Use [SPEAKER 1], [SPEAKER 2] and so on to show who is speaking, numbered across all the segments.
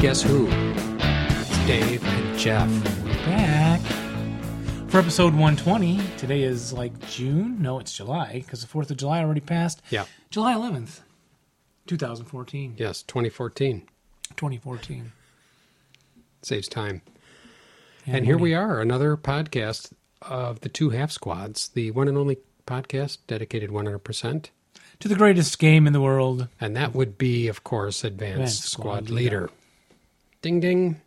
[SPEAKER 1] Guess Who? It's Dave and Jeff. We're back for episode 120. Today is like June. No, it's July because the 4th of July already passed.
[SPEAKER 2] Yeah.
[SPEAKER 1] July 11th, 2014.
[SPEAKER 2] Yes, 2014
[SPEAKER 1] 2014.
[SPEAKER 2] saves time. and here we are, another podcast of the two half squads, the one and only podcast dedicated 100%.
[SPEAKER 1] To the greatest game in the world.
[SPEAKER 2] And that would be, of course, Advanced,
[SPEAKER 1] Advanced
[SPEAKER 2] Squad,
[SPEAKER 1] Squad
[SPEAKER 2] Leader.
[SPEAKER 1] Leader.
[SPEAKER 2] Ding ding.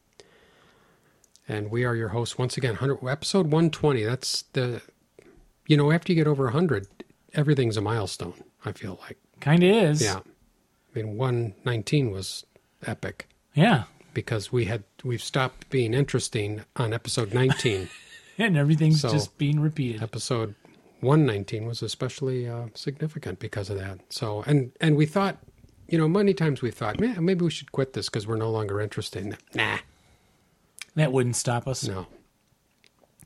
[SPEAKER 2] And we are your hosts once again. 100, episode 120. That's the, you know, after you get over 100, everything's a milestone, I feel like.
[SPEAKER 1] Kind of is.
[SPEAKER 2] Yeah. I mean, 119 was epic.
[SPEAKER 1] Yeah.
[SPEAKER 2] because we had we've stopped being interesting on episode 19
[SPEAKER 1] And everything's
[SPEAKER 2] So-
[SPEAKER 1] just being repeated.
[SPEAKER 2] episode 119 was especially uh, significant because of that so and and we thought you know many times we thought man maybe we should quit this because we're no longer interesting nah
[SPEAKER 1] That wouldn't stop us.
[SPEAKER 2] no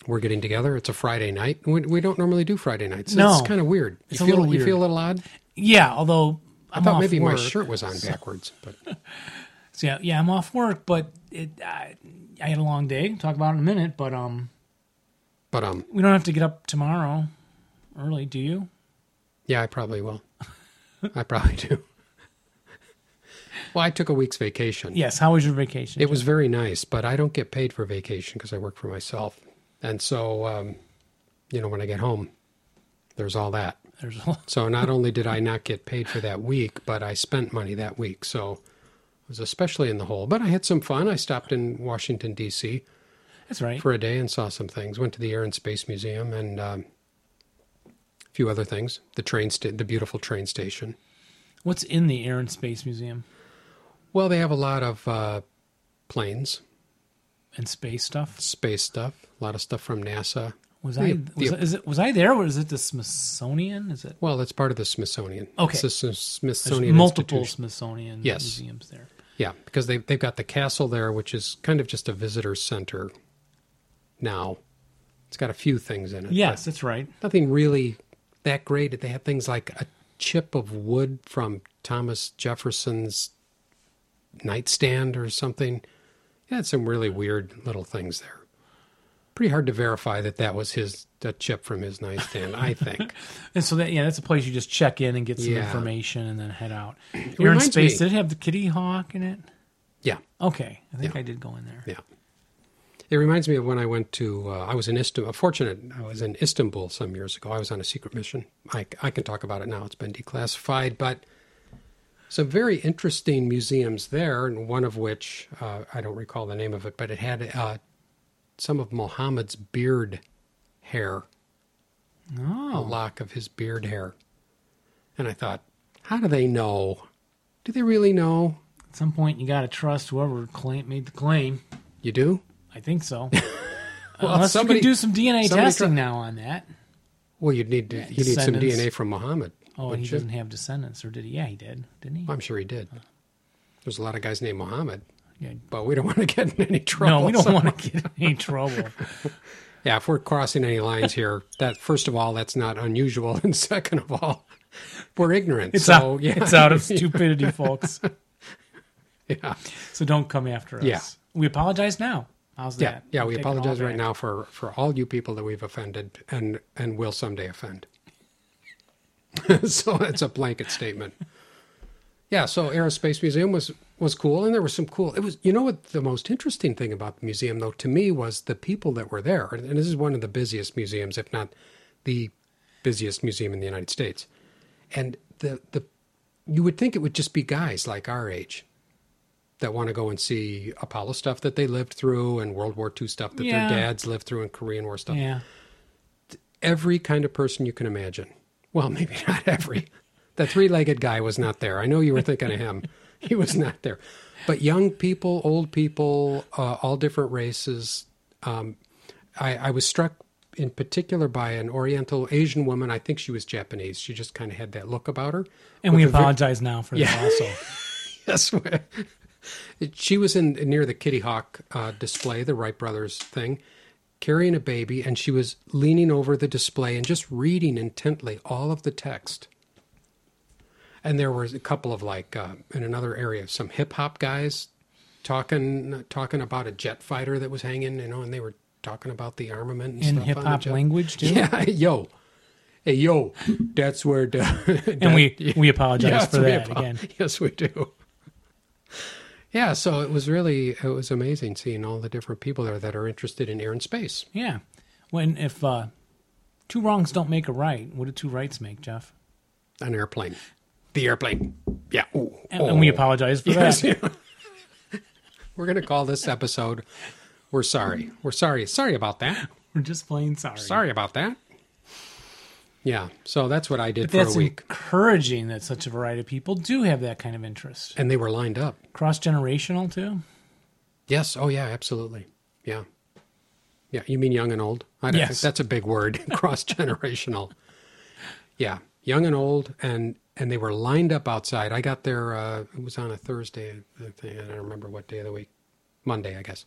[SPEAKER 2] we're getting together it's a friday night we, we don't normally do friday nights so
[SPEAKER 1] No.
[SPEAKER 2] it's kind of weird
[SPEAKER 1] It's
[SPEAKER 2] you
[SPEAKER 1] a
[SPEAKER 2] feel
[SPEAKER 1] little
[SPEAKER 2] you feel
[SPEAKER 1] weird.
[SPEAKER 2] a little odd
[SPEAKER 1] Yeah, although I'm
[SPEAKER 2] i thought
[SPEAKER 1] off
[SPEAKER 2] maybe my
[SPEAKER 1] work.
[SPEAKER 2] shirt was on backwards but
[SPEAKER 1] So yeah, yeah, I'm off work, but it, I, I had a long day. Talk about it in a minute, but um,
[SPEAKER 2] but um
[SPEAKER 1] we don't have to get up tomorrow early, do you?
[SPEAKER 2] Yeah, I probably will. I probably do. Well, I took a week's vacation.
[SPEAKER 1] Yes. How was your vacation?
[SPEAKER 2] It was very nice, but I don't get paid for vacation because I work for myself. And so, um, you know, when I get home, there's all that.
[SPEAKER 1] There's a lot.
[SPEAKER 2] So not only did I not get paid for that week, but I spent money that week. So I was especially in the hole. But I had some fun. I stopped in Washington, D.C
[SPEAKER 1] That's right.
[SPEAKER 2] for a day and saw some things. Went to the Air and Space Museum and um, a few other things. The train, sta- the beautiful train station.
[SPEAKER 1] What's in the Air and Space Museum
[SPEAKER 2] Well, they have a lot of uh, planes,
[SPEAKER 1] and space stuff?
[SPEAKER 2] space stuff, a lot of stuff from NASA.
[SPEAKER 1] Was
[SPEAKER 2] The-
[SPEAKER 1] I
[SPEAKER 2] the-
[SPEAKER 1] was, is it was I there? Or is it the Smithsonian? Is it
[SPEAKER 2] Well, it's part of the Smithsonian.
[SPEAKER 1] Okay.
[SPEAKER 2] it's the S-
[SPEAKER 1] there's
[SPEAKER 2] Smithsonian
[SPEAKER 1] multiple
[SPEAKER 2] Institution.
[SPEAKER 1] Smithsonian
[SPEAKER 2] Yes.
[SPEAKER 1] museums there?
[SPEAKER 2] Yeah, because they they've got the castle there, which is kind of just a visitor center now. It's got a few things in it.
[SPEAKER 1] Yes, that's right.
[SPEAKER 2] nothing really that great. They had things like a chip of wood from Thomas Jefferson's nightstand or something. They had some really weird little things there. Pretty hard to verify that that was his a chip from his nightstand. I think
[SPEAKER 1] And so that yeah, that's a place you just check in and get some
[SPEAKER 2] Yeah.
[SPEAKER 1] information and then head out. Air and
[SPEAKER 2] reminds
[SPEAKER 1] Space
[SPEAKER 2] me-
[SPEAKER 1] did it have the Kitty Hawk in it?
[SPEAKER 2] yeah.
[SPEAKER 1] Okay, I think I did go in there.
[SPEAKER 2] Yeah. It reminds me of when I went to, uh, I was in Istanbul, fortunate, I was in Istanbul some years ago. I was on a secret mission. I, I can talk about it now, it's been declassified, but some very interesting museums there, and one of which, uh, I don't recall the name of it, but it had uh, some of Mohammed's beard hair, a
[SPEAKER 1] Oh,
[SPEAKER 2] lock of his beard hair. And I thought, how do they know? Do they really know?
[SPEAKER 1] at some point you got to trust whoever claim, made the claim.
[SPEAKER 2] You do?
[SPEAKER 1] I think so. Uh,
[SPEAKER 2] Well,
[SPEAKER 1] Unless
[SPEAKER 2] somebody-
[SPEAKER 1] you can do some DNA
[SPEAKER 2] somebody
[SPEAKER 1] testing
[SPEAKER 2] try-
[SPEAKER 1] now on that.
[SPEAKER 2] Well, you'd need to, you need some
[SPEAKER 1] descendants.
[SPEAKER 2] DNA from Muhammad.
[SPEAKER 1] Oh, and
[SPEAKER 2] wouldn't
[SPEAKER 1] he
[SPEAKER 2] you?
[SPEAKER 1] doesn't have descendants, or did he? Yeah, he did, didn't he?
[SPEAKER 2] I'm sure he did. There's a lot of guys named Muhammad,
[SPEAKER 1] Yeah.
[SPEAKER 2] but we don't want to get in any trouble.
[SPEAKER 1] No, we don't
[SPEAKER 2] so-
[SPEAKER 1] want to get in any trouble.
[SPEAKER 2] Yeah, if we're crossing any lines here, that first of all, that's not unusual, and second of all, we're ignorant.
[SPEAKER 1] It's,
[SPEAKER 2] so
[SPEAKER 1] out,
[SPEAKER 2] yeah,
[SPEAKER 1] it's out of stupidity, folks.
[SPEAKER 2] yeah,
[SPEAKER 1] So don't come after us.
[SPEAKER 2] Yeah.
[SPEAKER 1] We apologize now. How's
[SPEAKER 2] yeah,
[SPEAKER 1] that?
[SPEAKER 2] yeah. We
[SPEAKER 1] Taking all
[SPEAKER 2] apologize right
[SPEAKER 1] back.
[SPEAKER 2] now for for all you people that we've offended, and and will someday offend. so it's a blanket statement. Yeah, so Aerospace Museum was was cool, and there was some cool. It was you know what the most interesting thing about the museum though to me was the people that were there, and, and this is one of the busiest museums, if not the busiest museum in the United States. And the the you would think it would just be guys like our age that want to go and see Apollo stuff that they lived through and World War II stuff that
[SPEAKER 1] Yeah.
[SPEAKER 2] their dads lived through and Korean War stuff
[SPEAKER 1] Yeah.
[SPEAKER 2] every kind of person you can imagine. Well, maybe not every. The three legged guy was not there. I know you were thinking of him. He was not there. But young people, old people, uh, all different races. Um, I, I was struck in particular by an Oriental Asian woman. I think she was Japanese. She just kind of had that look about her.
[SPEAKER 1] And
[SPEAKER 2] With
[SPEAKER 1] we
[SPEAKER 2] a very-
[SPEAKER 1] apologize now for
[SPEAKER 2] Yeah.
[SPEAKER 1] that also.
[SPEAKER 2] Yes. she was in near the Kitty Hawk uh, display, the Wright brothers thing, carrying a baby, and she was leaning over the display and just reading intently all of the text. And there was a couple of like uh, in another area, some hip hop guys talking talking about a jet fighter that was hanging, you know, and they were talking about the armament and
[SPEAKER 1] in
[SPEAKER 2] stuff on
[SPEAKER 1] hip
[SPEAKER 2] the
[SPEAKER 1] hop
[SPEAKER 2] jet-
[SPEAKER 1] language too.
[SPEAKER 2] Yeah, yo, hey yo, that's where. The,
[SPEAKER 1] And we we apologize
[SPEAKER 2] Yes,
[SPEAKER 1] for
[SPEAKER 2] we
[SPEAKER 1] that
[SPEAKER 2] apo-
[SPEAKER 1] again.
[SPEAKER 2] Yes, we do. Yeah, so it was really it was amazing seeing all the different people there that are interested in air and space.
[SPEAKER 1] Yeah. When if uh, two wrongs don't make a right, what do two rights make, Jeff?
[SPEAKER 2] An airplane, the airplane. Yeah. Ooh.
[SPEAKER 1] And, and we
[SPEAKER 2] Oh.
[SPEAKER 1] apologize for
[SPEAKER 2] Yes,
[SPEAKER 1] that.
[SPEAKER 2] yeah. We're going to call this episode We're Sorry. We're sorry. Sorry about that.
[SPEAKER 1] We're just plain sorry.
[SPEAKER 2] Sorry about that. Yeah. So that's what I did for a
[SPEAKER 1] That's
[SPEAKER 2] week.
[SPEAKER 1] encouraging that such a variety of people do have that kind of interest.
[SPEAKER 2] And they were lined up.
[SPEAKER 1] Cross generational too.
[SPEAKER 2] Yes. Oh, yeah. Absolutely. Yeah. Yeah. You mean young and old? I don't think
[SPEAKER 1] Yes.
[SPEAKER 2] that's a big word. Cross generational. yeah. Young and old. And and they were lined up outside. I got there. Uh, it was on a Thursday. I think. I don't remember what day of the week. Monday, I guess.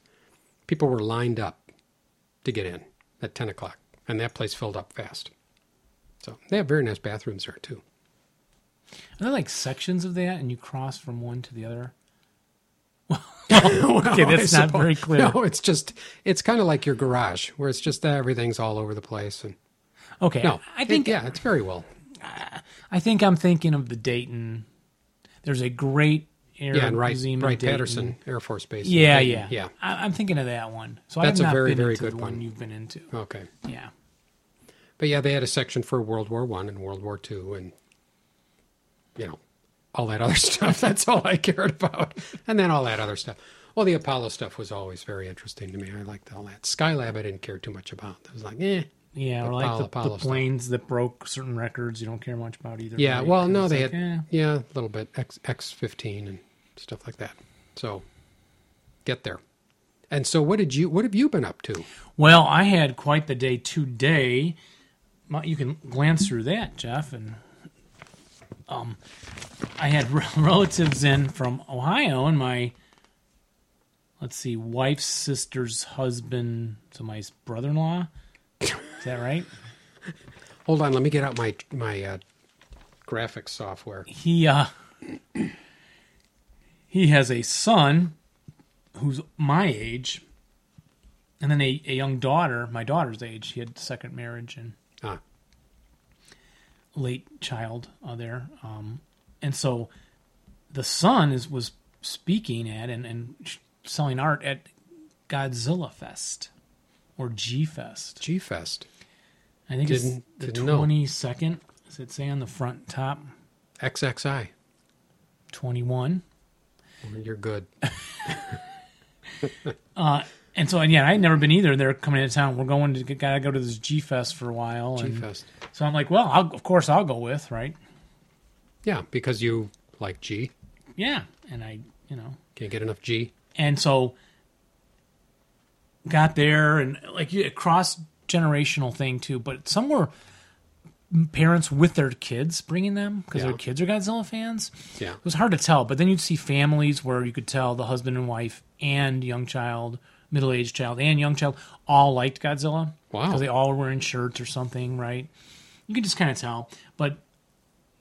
[SPEAKER 2] People were lined up to get in at ten o'clock, and that place filled up fast. So they have very nice bathrooms there too.
[SPEAKER 1] Are there like sections of that, and you cross from one to the other?
[SPEAKER 2] okay,
[SPEAKER 1] that's not very clear.
[SPEAKER 2] No, it's just it's kind of like your garage, where it's just eh, everything's all over the place. And
[SPEAKER 1] Okay,
[SPEAKER 2] no,
[SPEAKER 1] I think
[SPEAKER 2] it- yeah, it's very well.
[SPEAKER 1] I think I'm thinking of the Dayton. There's a great air
[SPEAKER 2] Yeah, and Wright,
[SPEAKER 1] museum in
[SPEAKER 2] Wright
[SPEAKER 1] Dayton.
[SPEAKER 2] Patterson Air Force Base. in
[SPEAKER 1] Yeah,
[SPEAKER 2] Dayton.
[SPEAKER 1] yeah, I, I'm thinking of that one. So
[SPEAKER 2] That's
[SPEAKER 1] I
[SPEAKER 2] a
[SPEAKER 1] have not
[SPEAKER 2] very,
[SPEAKER 1] been
[SPEAKER 2] very
[SPEAKER 1] into
[SPEAKER 2] good
[SPEAKER 1] the
[SPEAKER 2] one.
[SPEAKER 1] one you've been into.
[SPEAKER 2] yeah. Okay,
[SPEAKER 1] Yeah,
[SPEAKER 2] but yeah, they had a section for World War One and World War Two, and you know all that other stuff. That's all I cared about, and then all that other stuff. Well, the Apollo stuff was always very interesting to me. I liked all that. Skylab, I didn't care too much about. I was like, eh,
[SPEAKER 1] yeah,
[SPEAKER 2] The
[SPEAKER 1] or like
[SPEAKER 2] Apollo-
[SPEAKER 1] the,
[SPEAKER 2] Apollo
[SPEAKER 1] the
[SPEAKER 2] stuff.
[SPEAKER 1] planes that broke certain records. You don't care much about either.
[SPEAKER 2] Yeah,
[SPEAKER 1] right?
[SPEAKER 2] well,
[SPEAKER 1] 'Cause
[SPEAKER 2] no,
[SPEAKER 1] it's
[SPEAKER 2] they
[SPEAKER 1] like,
[SPEAKER 2] had
[SPEAKER 1] eh.
[SPEAKER 2] yeah, a little bit X X fifteen and stuff like that. So get there. And so, what did you? What have you been up to?
[SPEAKER 1] Well, I had quite the day today. My- You can glance through that, Jeff, and um, I had re- relatives in from Ohio, and my let's see, wife's sister's husband, so my s- brother-in-law. Is that right?
[SPEAKER 2] Hold on, let me get out my my uh, graphics software.
[SPEAKER 1] He uh, he has a son who's my age, and then a, a young daughter, my daughter's age. He had second marriage and.
[SPEAKER 2] Ah,
[SPEAKER 1] late child uh, there, um, and so the son is was speaking at and and sh- selling art at Godzilla Fest or G Fest.
[SPEAKER 2] G Fest
[SPEAKER 1] I think
[SPEAKER 2] Didn't-
[SPEAKER 1] it's the
[SPEAKER 2] didn't know.
[SPEAKER 1] twenty second. Does it say on the front top
[SPEAKER 2] XXI.
[SPEAKER 1] twenty one?
[SPEAKER 2] You're good.
[SPEAKER 1] And so and yeah, I had never been either. They're coming into town. We're going to gotta go to this G Fest for a while.
[SPEAKER 2] G
[SPEAKER 1] and
[SPEAKER 2] Fest.
[SPEAKER 1] So I'm like, well, I'll, of course I'll go with right.
[SPEAKER 2] Yeah, because you like G.
[SPEAKER 1] Yeah, and I you know
[SPEAKER 2] Can't get enough G.
[SPEAKER 1] and so got there and like a cross generational thing too but some were parents with their kids bringing them because
[SPEAKER 2] Yeah.
[SPEAKER 1] their kids are godzilla fans
[SPEAKER 2] Yeah.
[SPEAKER 1] it was hard to tell but then you'd see families where you could tell the husband and wife and young child middle-aged child and young child all liked godzilla
[SPEAKER 2] Wow.
[SPEAKER 1] because they all were in shirts or something right you could just kind of tell but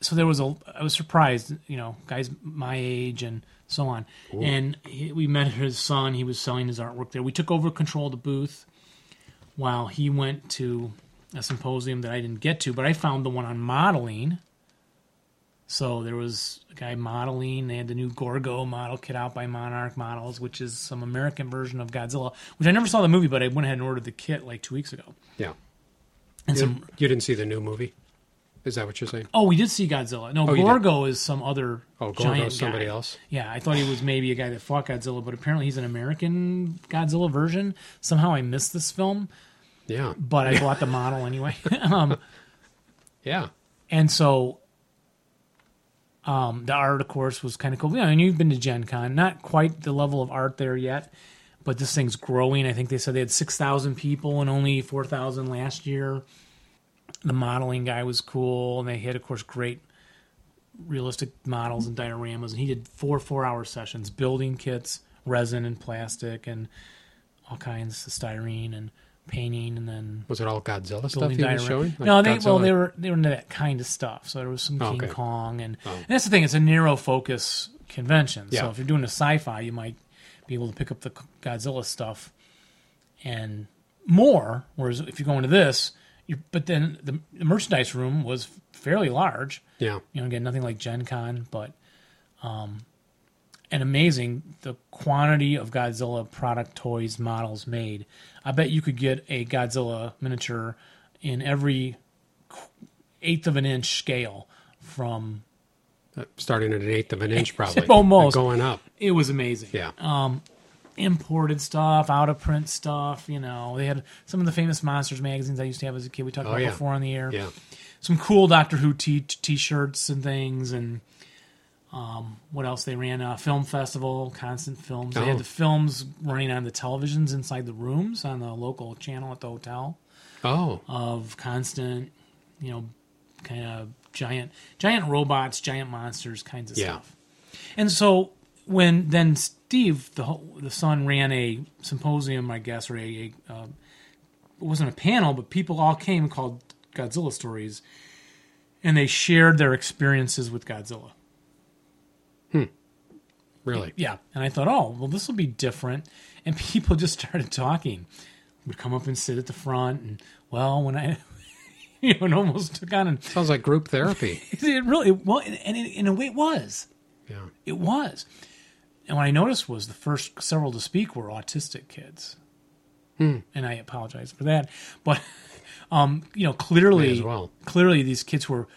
[SPEAKER 1] so there was a i was surprised you know guys my age and so on and he, we met his son he was selling his artwork there we took over control of the booth while he went to a symposium that i didn't get to but i found the one on modeling so there was a guy modeling they had the new gorgo model kit out by monarch models which is some american version of godzilla which i never saw the movie but i went ahead and ordered the kit like two weeks ago
[SPEAKER 2] Yeah.
[SPEAKER 1] and some
[SPEAKER 2] You, you didn't see the new movie. Is that what you're saying?
[SPEAKER 1] Oh, we did see Godzilla. No,
[SPEAKER 2] you did.
[SPEAKER 1] Gorgo is some other.
[SPEAKER 2] Oh,
[SPEAKER 1] giant
[SPEAKER 2] Gorgo's somebody
[SPEAKER 1] guy.
[SPEAKER 2] else.
[SPEAKER 1] Yeah, I thought he was maybe a guy that fought Godzilla, but apparently he's an American Godzilla version. Somehow I missed this film,
[SPEAKER 2] Yeah.
[SPEAKER 1] but I bought the model anyway. um,
[SPEAKER 2] Yeah.
[SPEAKER 1] and so um, the art, of course, was kind of cool. You know, and you've been to Gen Con, not quite the level of art there yet, but this thing's growing. I think they said they had 6,000 people and only 4,000 last year. The modeling guy was cool, and they had, of course, great realistic models and dioramas. And he did four four hour sessions building kits, resin and plastic, and all kinds of styrene and painting, and then
[SPEAKER 2] Was it all Godzilla stuff
[SPEAKER 1] building
[SPEAKER 2] he was
[SPEAKER 1] diorama-
[SPEAKER 2] showing? Like
[SPEAKER 1] no, they well
[SPEAKER 2] Godzilla-
[SPEAKER 1] they were they were into that kind of stuff. So there was some
[SPEAKER 2] Oh,
[SPEAKER 1] King
[SPEAKER 2] okay.
[SPEAKER 1] Kong, and, and that's the thing. It's a narrow focus convention.
[SPEAKER 2] Yeah.
[SPEAKER 1] So if you're doing a sci-fi, you might be able to pick up the Godzilla stuff and more. Whereas if you go into this, you but then the, the merchandise room was fairly large.
[SPEAKER 2] Yeah.
[SPEAKER 1] You know, again, nothing like Gen Con, but um, and amazing the quantity of Godzilla product, toys, models made. I bet you could get a Godzilla miniature in every qu- eighth of an inch scale from
[SPEAKER 2] uh, Starting at an eighth of an inch, probably.
[SPEAKER 1] Almost. Um,
[SPEAKER 2] Going up.
[SPEAKER 1] it was amazing
[SPEAKER 2] Yeah.
[SPEAKER 1] imported stuff out of print stuff you know they had some of the famous monsters magazines i used to have as a kid we talked about
[SPEAKER 2] Oh, yeah.
[SPEAKER 1] before on the air
[SPEAKER 2] yeah.
[SPEAKER 1] some cool Doctor Who t- t-shirts and things, and um, what else they ran? A film festival, constant films. They
[SPEAKER 2] Oh.
[SPEAKER 1] had the films running on the televisions inside the rooms on the local channel at the hotel
[SPEAKER 2] Oh.
[SPEAKER 1] of constant, you know, kind of giant, giant robots, giant monsters, kinds of
[SPEAKER 2] Yeah.
[SPEAKER 1] stuff. And so when then Steve, the whole, the son, ran a symposium, I guess, or a, a uh, it wasn't a panel, but people all came called Godzilla stories, and they shared their experiences with Godzilla.
[SPEAKER 2] Really?
[SPEAKER 1] Yeah, and I thought, oh, well, this will be different, and people just started talking. Would come up and sit at the front, and well, when I, you know, it almost took on an
[SPEAKER 2] Sounds like group therapy.
[SPEAKER 1] it really well, and and in, in a way, it was.
[SPEAKER 2] Yeah.
[SPEAKER 1] It was. And what I noticed was the first several to speak were autistic kids.
[SPEAKER 2] Hmm.
[SPEAKER 1] And I apologize for that. But, um, you know,
[SPEAKER 2] May
[SPEAKER 1] clearly,
[SPEAKER 2] as well.
[SPEAKER 1] clearly these kids were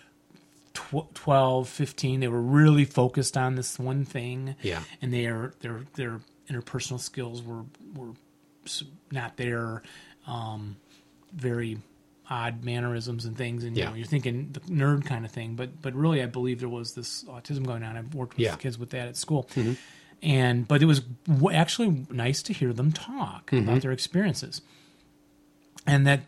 [SPEAKER 1] tw- 12, 15. They were really focused on this one thing.
[SPEAKER 2] Yeah.
[SPEAKER 1] And their, their, their interpersonal skills were, were s- not there. Um, very odd mannerisms and things. And, you
[SPEAKER 2] Yeah.
[SPEAKER 1] know, you're thinking the nerd kind of thing. But, but really, I believe there was this autism going on. I've worked with
[SPEAKER 2] Yeah. Mm-hmm.
[SPEAKER 1] kids with that at school. And but it was w- actually nice to hear them talk
[SPEAKER 2] Mm-hmm.
[SPEAKER 1] about their experiences, and that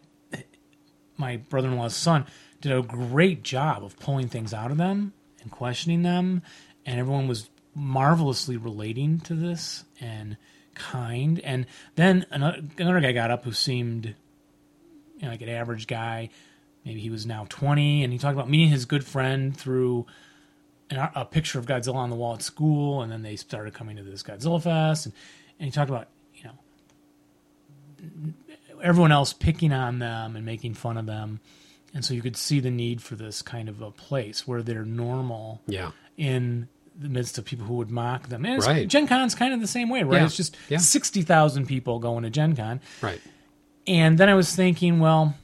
[SPEAKER 1] my brother-in-law's son did a great job of pulling things out of them and questioning them, and everyone was marvelously relating to this and kind. And then another, another guy got up who seemed you know, like an average guy. Maybe he was now 20, and he talked about meeting his good friend through an, ar- a picture of Godzilla on the wall at school, and then they started coming to this Godzilla Fest, and, and he talked about, you know, everyone else picking on them and making fun of them. And so you could see the need for this kind of a place where they're normal
[SPEAKER 2] Yeah.
[SPEAKER 1] in the midst of people who would mock them. And it's,
[SPEAKER 2] Right.
[SPEAKER 1] Gen Con's kind of the same way, right?
[SPEAKER 2] Yeah.
[SPEAKER 1] It's just
[SPEAKER 2] Yeah.
[SPEAKER 1] 60,000 people going to Gen Con.
[SPEAKER 2] Right.
[SPEAKER 1] And then I was thinking, well,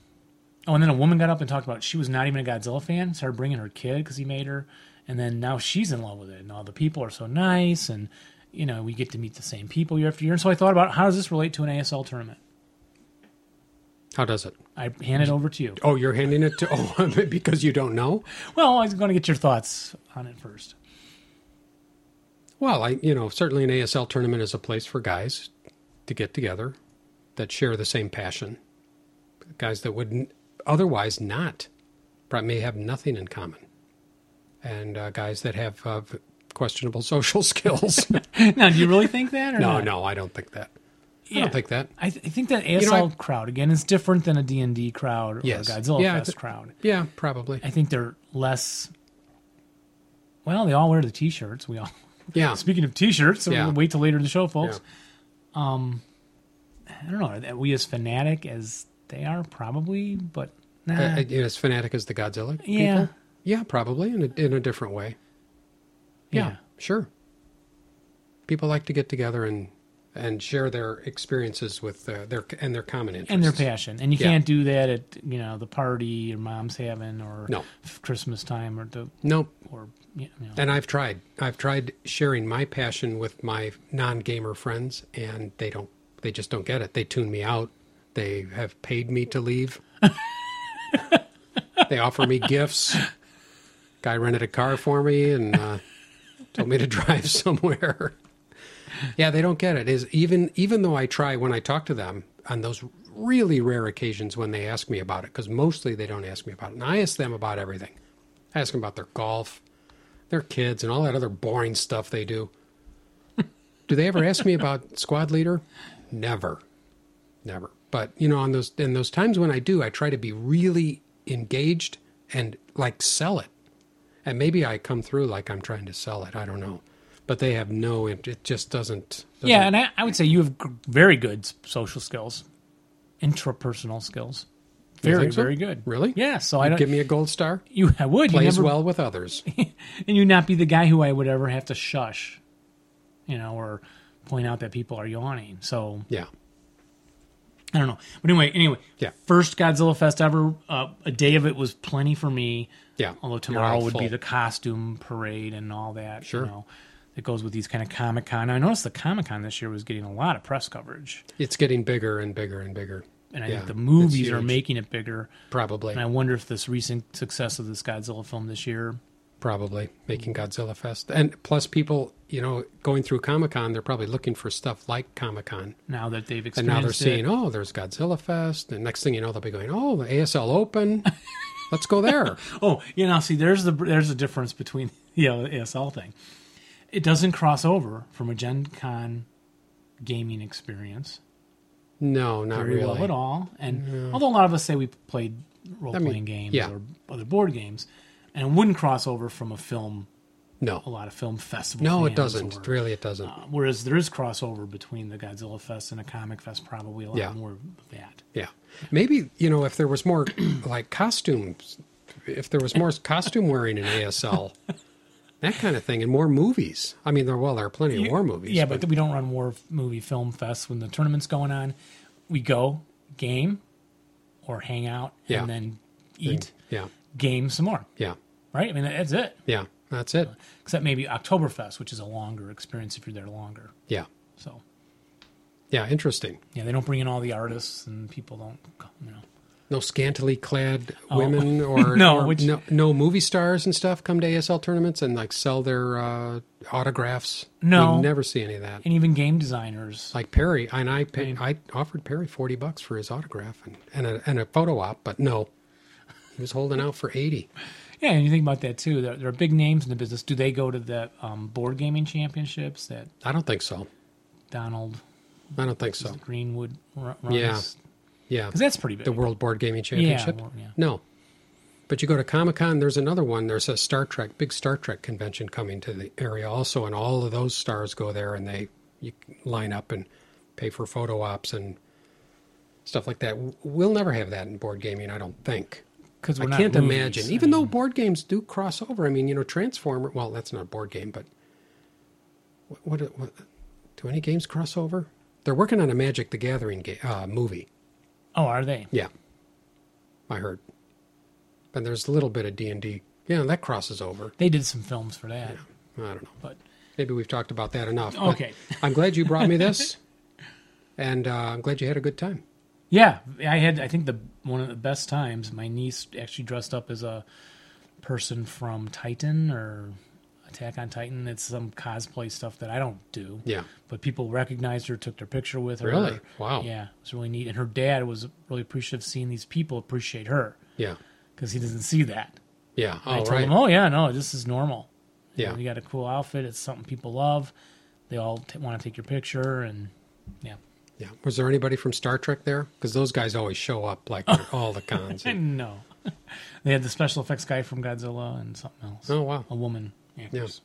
[SPEAKER 1] oh, and then a woman got up and talked about she was not even a Godzilla fan, started bringing her kid because he made her, and then now she's in love with it, and all the people are so nice, and you know we get to meet the same people year after year. And so I thought about how does this relate to an ASL tournament?
[SPEAKER 2] How does it?
[SPEAKER 1] I hand it over to you.
[SPEAKER 2] Oh, you're handing it to. Oh, because you don't know.
[SPEAKER 1] Well, I was going to get your thoughts on it first.
[SPEAKER 2] Well, I you know certainly an ASL tournament is a place for guys to get together that share the same passion. Guys that would otherwise not, but may have nothing in common, and uh, guys that have uh, questionable social skills.
[SPEAKER 1] now, do you really think that? Or
[SPEAKER 2] no,
[SPEAKER 1] not?
[SPEAKER 2] no, I don't think that. I
[SPEAKER 1] Yeah.
[SPEAKER 2] don't think that.
[SPEAKER 1] I, th- I think that ASL
[SPEAKER 2] know, I-
[SPEAKER 1] crowd again is different than a D and D crowd or
[SPEAKER 2] Yes.
[SPEAKER 1] a Godzilla
[SPEAKER 2] Yeah, I
[SPEAKER 1] Fest
[SPEAKER 2] th-
[SPEAKER 1] crowd.
[SPEAKER 2] Yeah, probably.
[SPEAKER 1] I think they're less. Well, they all wear the T-shirts. We all
[SPEAKER 2] Yeah,
[SPEAKER 1] Speaking of T-shirts, so
[SPEAKER 2] Yeah.
[SPEAKER 1] we'll wait till later in the show, folks. Um,
[SPEAKER 2] Yeah.
[SPEAKER 1] I don't know. Are we as fanatic as they are, probably, but nah.
[SPEAKER 2] Uh, uh, as fanatic as the Godzilla
[SPEAKER 1] Yeah.
[SPEAKER 2] people. Yeah, probably in a, in a different way.
[SPEAKER 1] yeah.
[SPEAKER 2] yeah, sure. People like to get together and and share their experiences with uh, their and their common interests.
[SPEAKER 1] and their passion, and you
[SPEAKER 2] Yeah.
[SPEAKER 1] can't do that at you know the party your mom's having or
[SPEAKER 2] No.
[SPEAKER 1] f- Christmas time or the
[SPEAKER 2] Nope.
[SPEAKER 1] or you know.
[SPEAKER 2] And I've tried. I've tried sharing my passion with my non-gamer friends, and they don't. They just don't get it. They tune me out. They have paid me to leave. they offer me gifts. Guy rented a car for me and uh, told me to drive somewhere. yeah, they don't get it. Is even even though I try when I talk to them on those really rare occasions when they ask me about it, because mostly they don't ask me about it, and I ask them about everything. I ask them about their golf, their kids, and all that other boring stuff they do. do they ever ask me about squad leader? Never, never. But you know, on those in those times when I do, I try to be really engaged and like sell it. And maybe I come through like I'm trying to sell it. I don't know. but they have no. It it just doesn't. doesn't
[SPEAKER 1] Yeah, and I, I would say you have g- very good s- social skills, intrapersonal skills.
[SPEAKER 2] You
[SPEAKER 1] Very,
[SPEAKER 2] think so?
[SPEAKER 1] very good.
[SPEAKER 2] Really?
[SPEAKER 1] Yeah. So I don't.
[SPEAKER 2] Give me a gold star.
[SPEAKER 1] you, I would. You
[SPEAKER 2] Plays
[SPEAKER 1] never,
[SPEAKER 2] well with others.
[SPEAKER 1] and you not be the guy who I would ever have to shush, you know, or point out that people are yawning. So
[SPEAKER 2] Yeah.
[SPEAKER 1] I don't know. But anyway, anyway.
[SPEAKER 2] Yeah.
[SPEAKER 1] First Godzilla Fest ever. Uh, a day of it was plenty for me.
[SPEAKER 2] Yeah.
[SPEAKER 1] Although
[SPEAKER 2] You're
[SPEAKER 1] tomorrow
[SPEAKER 2] all
[SPEAKER 1] would be
[SPEAKER 2] full.
[SPEAKER 1] the costume parade and all that.
[SPEAKER 2] Sure.
[SPEAKER 1] You know, that goes with these kind of Comic Con. I noticed the Comic Con this year was getting a lot of press coverage,
[SPEAKER 2] It's getting bigger and bigger and bigger.
[SPEAKER 1] and I
[SPEAKER 2] Yeah,
[SPEAKER 1] think the
[SPEAKER 2] it's
[SPEAKER 1] movies are
[SPEAKER 2] huge.
[SPEAKER 1] making it bigger.
[SPEAKER 2] Probably.
[SPEAKER 1] And I wonder if this recent success of this Godzilla film this year.
[SPEAKER 2] Probably making Godzilla Fest. And plus, people, you know, going through Comic Con, they're probably looking for stuff like Comic Con.
[SPEAKER 1] Now that they've
[SPEAKER 2] And
[SPEAKER 1] experienced
[SPEAKER 2] now they're
[SPEAKER 1] it,
[SPEAKER 2] seeing, oh, there's Godzilla Fest. And next thing you know, they'll be going, oh, the ASL Open. Let's go there.
[SPEAKER 1] Oh, you know, see, there's the there's the difference between you know, the ASL thing. It doesn't cross over from a Gen Con gaming experience
[SPEAKER 2] No, not
[SPEAKER 1] very
[SPEAKER 2] really.
[SPEAKER 1] well at all. And although a lot of us say we played role playing games
[SPEAKER 2] yeah.
[SPEAKER 1] or other board games, and it wouldn't cross over from a film, a
[SPEAKER 2] No,
[SPEAKER 1] lot of film festivals.
[SPEAKER 2] no, it doesn't. Really, it doesn't.
[SPEAKER 1] Whereas there is crossover between the Godzilla Fest and a Comic Fest, probably a lot
[SPEAKER 2] Yeah.
[SPEAKER 1] more of that.
[SPEAKER 2] Yeah. Maybe, you know, if there was more like costumes, if there was more costume wearing in ASL, that kind of thing, and more movies. I mean, there, well, there are plenty of war movies.
[SPEAKER 1] Yeah, but we don't run war f- movie film fests when the tournament's going on. We go game or hang out
[SPEAKER 2] Yeah.
[SPEAKER 1] and then eat
[SPEAKER 2] yeah,
[SPEAKER 1] game some more.
[SPEAKER 2] yeah,
[SPEAKER 1] Right? I mean that's it.
[SPEAKER 2] yeah. That's
[SPEAKER 1] Uh,
[SPEAKER 2] it.
[SPEAKER 1] Except maybe Oktoberfest, which is a longer experience if you're there longer.
[SPEAKER 2] Yeah.
[SPEAKER 1] So
[SPEAKER 2] Yeah. Interesting.
[SPEAKER 1] yeah, they don't bring in all the artists and people don't co- you know.
[SPEAKER 2] No scantily clad women or,
[SPEAKER 1] Oh. No,
[SPEAKER 2] or
[SPEAKER 1] which-
[SPEAKER 2] no, no movie stars and stuff come to ASL tournaments and like sell their uh, autographs.
[SPEAKER 1] No.
[SPEAKER 2] You never see any of that.
[SPEAKER 1] And even game designers.
[SPEAKER 2] Like Perry, and I pay, I offered Perry 40 bucks for his autograph and, and, a, and a photo op, but no. He was holding out for 80.
[SPEAKER 1] Yeah, and you think about that too. There, there are big names in the business. Do they go to the um, board gaming championships that
[SPEAKER 2] I don't think so.
[SPEAKER 1] Donald
[SPEAKER 2] I don't think so.
[SPEAKER 1] Greenwood ru- runs?
[SPEAKER 2] Yeah. Yeah.
[SPEAKER 1] Because that's pretty big.
[SPEAKER 2] The World Board Gaming Championship?
[SPEAKER 1] well, yeah.
[SPEAKER 2] No. But you go to Comic Con, there's another one. There's a Star Trek, big Star Trek convention coming to the area also, and all of those stars go there and they you line up and pay for photo ops and stuff like that. We'll never have that in board gaming, I don't think.
[SPEAKER 1] Because
[SPEAKER 2] I
[SPEAKER 1] we're not
[SPEAKER 2] can't
[SPEAKER 1] movies.
[SPEAKER 2] imagine.
[SPEAKER 1] I
[SPEAKER 2] Even
[SPEAKER 1] mean,
[SPEAKER 2] though board games do cross over, I mean, you know, Transformer. Well, that's not a board game, but what, what, what do any games cross over? They're working on a Magic the Gathering ga- uh, movie.
[SPEAKER 1] Oh, are they?
[SPEAKER 2] Yeah, I heard. And there's a little bit of D and D. Yeah, that crosses over.
[SPEAKER 1] They did some films for that,
[SPEAKER 2] I don't know.
[SPEAKER 1] but
[SPEAKER 2] Maybe we've talked about that enough. but
[SPEAKER 1] Okay.
[SPEAKER 2] I'm glad you brought me this, and uh, I'm glad you had a good time.
[SPEAKER 1] yeah, I had I think the one of the best times. My niece actually dressed up as a person from Titan or Attack on Titan. It's some cosplay stuff that I don't do.
[SPEAKER 2] Yeah.
[SPEAKER 1] but people recognized her, took their picture with her.
[SPEAKER 2] Really? Wow.
[SPEAKER 1] Yeah, it was really neat. And her dad was really appreciative seeing these people appreciate her
[SPEAKER 2] Yeah.
[SPEAKER 1] because he doesn't see that.
[SPEAKER 2] Yeah.
[SPEAKER 1] I
[SPEAKER 2] All
[SPEAKER 1] told
[SPEAKER 2] right.
[SPEAKER 1] them, "Oh yeah, no, this is normal.
[SPEAKER 2] Yeah.
[SPEAKER 1] you got a cool outfit. It's something people love. They all t- want to take your picture, and yeah,
[SPEAKER 2] Yeah. Was there anybody from Star Trek there? Because those guys always show up like at all the cons.
[SPEAKER 1] no, they had the special effects guy from Godzilla and something else.
[SPEAKER 2] Oh wow.
[SPEAKER 1] A woman. Yeah.
[SPEAKER 2] Yes.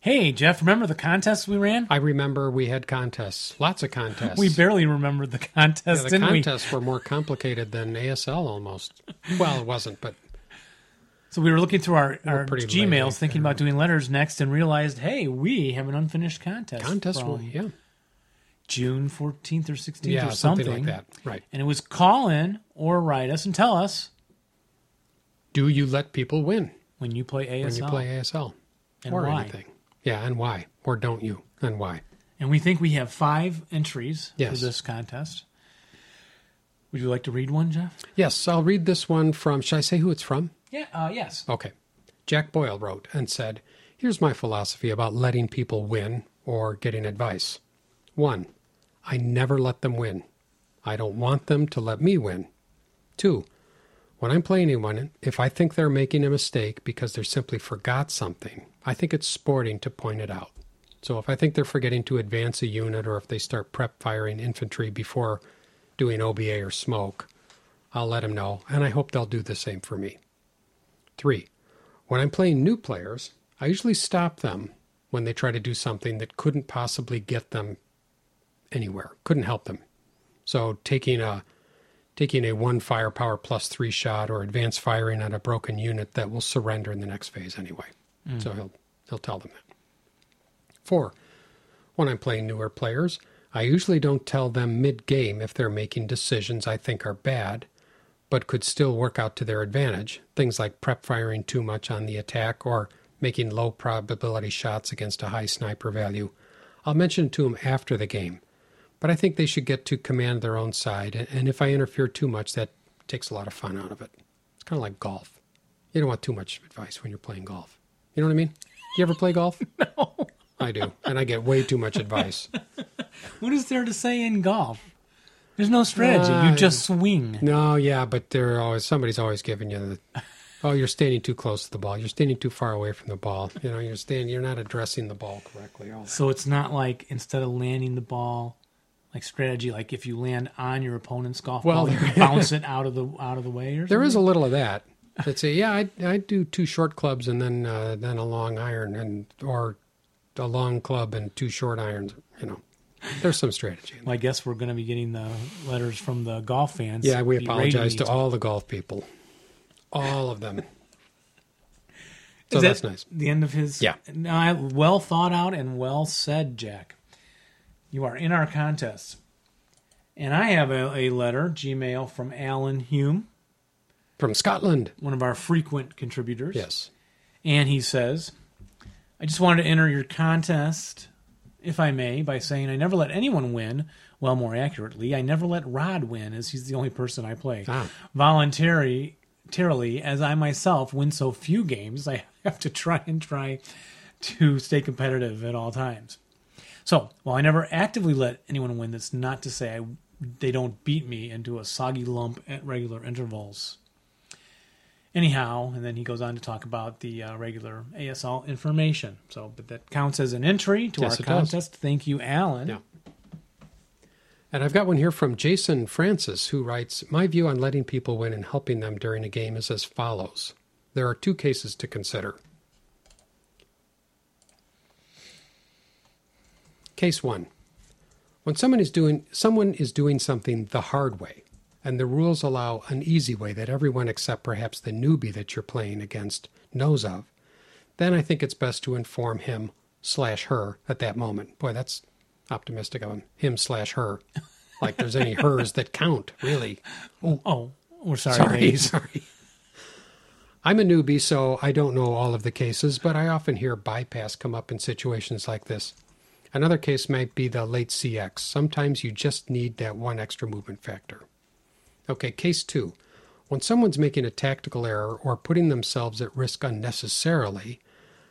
[SPEAKER 1] Hey Jeff, remember the contest we ran?
[SPEAKER 2] I remember we had contests, lots of contests.
[SPEAKER 1] We barely remembered the contest,
[SPEAKER 2] yeah, the
[SPEAKER 1] didn't
[SPEAKER 2] contests were more complicated than ASL almost. Well, it wasn't, but
[SPEAKER 1] we? So we were looking through our, our
[SPEAKER 2] pretty
[SPEAKER 1] Gmails,
[SPEAKER 2] lazy
[SPEAKER 1] thinking about doing letters next, and realized, hey, we have an unfinished contest.
[SPEAKER 2] contests
[SPEAKER 1] from
[SPEAKER 2] were yeah,
[SPEAKER 1] June fourteenth or sixteenth
[SPEAKER 2] yeah,
[SPEAKER 1] or
[SPEAKER 2] something. like that. Right?
[SPEAKER 1] And it was call in or write us and tell us
[SPEAKER 2] Do you let people win
[SPEAKER 1] when you play ASL.
[SPEAKER 2] when you play ASL
[SPEAKER 1] And
[SPEAKER 2] or
[SPEAKER 1] why?
[SPEAKER 2] anything? Yeah, and why or don't you? And why?
[SPEAKER 1] And we think we have five entries
[SPEAKER 2] Yes.
[SPEAKER 1] for this contest. Would you like to read one, Jeff?
[SPEAKER 2] Yes, I'll read this one from. Should I say who it's from?
[SPEAKER 1] Yeah. Uh, yes.
[SPEAKER 2] Okay. Jack Boyle wrote and said, Here's my philosophy about letting people win or getting advice. One, I never let them win. I don't want them to let me win. Two, when I'm playing anyone, if I think they're making a mistake because they simply forgot something, I think it's sporting to point it out. So if I think they're forgetting to advance a unit or if they start prep firing infantry before doing OBA or smoke, I'll let them know, and I hope they'll do the same for me. Three, when I'm playing new players, I usually stop them when they try to do something that couldn't possibly get them anywhere, couldn't help them. So taking a taking a one firepower plus three shot or advanced firing on a broken unit that will surrender in the next phase anyway. So he'll he'll tell them that. Four, when I'm playing newer players, I usually don't tell them mid game if they're making decisions I think are bad, but could still work out to their advantage. Things like prep firing too much on the attack or making low probability shots against a high sniper value. I'll mention it to them after the game, but I think they should get to command their own side, and- and if I interfere too much, that takes a lot of fun out of it. It's kind of like golf. You don't want too much advice when you're playing golf. You know what I mean? You ever play golf? no. I do, and I get way too much advice.
[SPEAKER 1] What is there to say in golf? There's no strategy.
[SPEAKER 2] Uh,
[SPEAKER 1] you just swing.
[SPEAKER 2] No, yeah, but they're always somebody's always giving you the oh, you're standing too close to the ball. You're standing too far away from the ball. You know, you're standing. You're not addressing the ball correctly. Oh, All that.
[SPEAKER 1] So it's not like instead of landing the ball, like strategy, like if you land on your opponent's golf
[SPEAKER 2] Well,
[SPEAKER 1] ball, you bounce it out of the out of the way. Or
[SPEAKER 2] There is a little of that. That's a yeah. I I do two short clubs and then uh, then a long iron and or a long club and two short irons. You know, there's some strategy. In
[SPEAKER 1] Well, I guess we're going to be getting the letters from the golf fans.
[SPEAKER 2] that. Yeah, we
[SPEAKER 1] berating
[SPEAKER 2] apologize to
[SPEAKER 1] each-
[SPEAKER 2] all the golf people, all of them.
[SPEAKER 1] Is
[SPEAKER 2] So
[SPEAKER 1] that
[SPEAKER 2] that's nice.
[SPEAKER 1] The end of his.
[SPEAKER 2] Yeah.
[SPEAKER 1] No, I, well thought out and well said, Jack. You are in our contest. And I have a, a letter, Gmail, from Alan Hume,
[SPEAKER 2] From Scotland,
[SPEAKER 1] one of our frequent contributors.
[SPEAKER 2] yes.
[SPEAKER 1] And he says, I just wanted to enter your contest, if I may, by saying I never let anyone win. Well, more accurately, I never let Rod win, as he's the only person I play.
[SPEAKER 2] Ah.
[SPEAKER 1] Voluntarily, Voluntarily, as I myself win so few games, I have to try and try to stay competitive at all times. So, while I never actively let anyone win, that's not to say I, they don't beat me into a soggy lump at regular intervals. Anyhow, and then he goes on to talk about the uh, regular ASL information. So, but that counts as an entry to
[SPEAKER 2] Yes,
[SPEAKER 1] our
[SPEAKER 2] it does.
[SPEAKER 1] contest. Thank you, Alan.
[SPEAKER 2] Yeah. And I've got one here from Jason Francis, who writes My view on letting people win and helping them during a game is as follows There are two cases to consider. Case one When someone is doing, someone is doing something the hard way, and the rules allow an easy way that everyone except perhaps the newbie that you're playing against knows of, then I think it's best to inform him slash her at that moment. Boy, that's optimistic of him. Him slash her. Like there's any hers that count, really.
[SPEAKER 1] Oh, we're sorry.
[SPEAKER 2] Sorry,
[SPEAKER 1] ladies.
[SPEAKER 2] sorry. I'm a newbie, so I don't know all of the cases, but I often hear bypass come up in situations like this. Another case might be the late CX. Sometimes you just need that one extra movement factor. Okay, case two. When someone's making a tactical error or putting themselves at risk unnecessarily,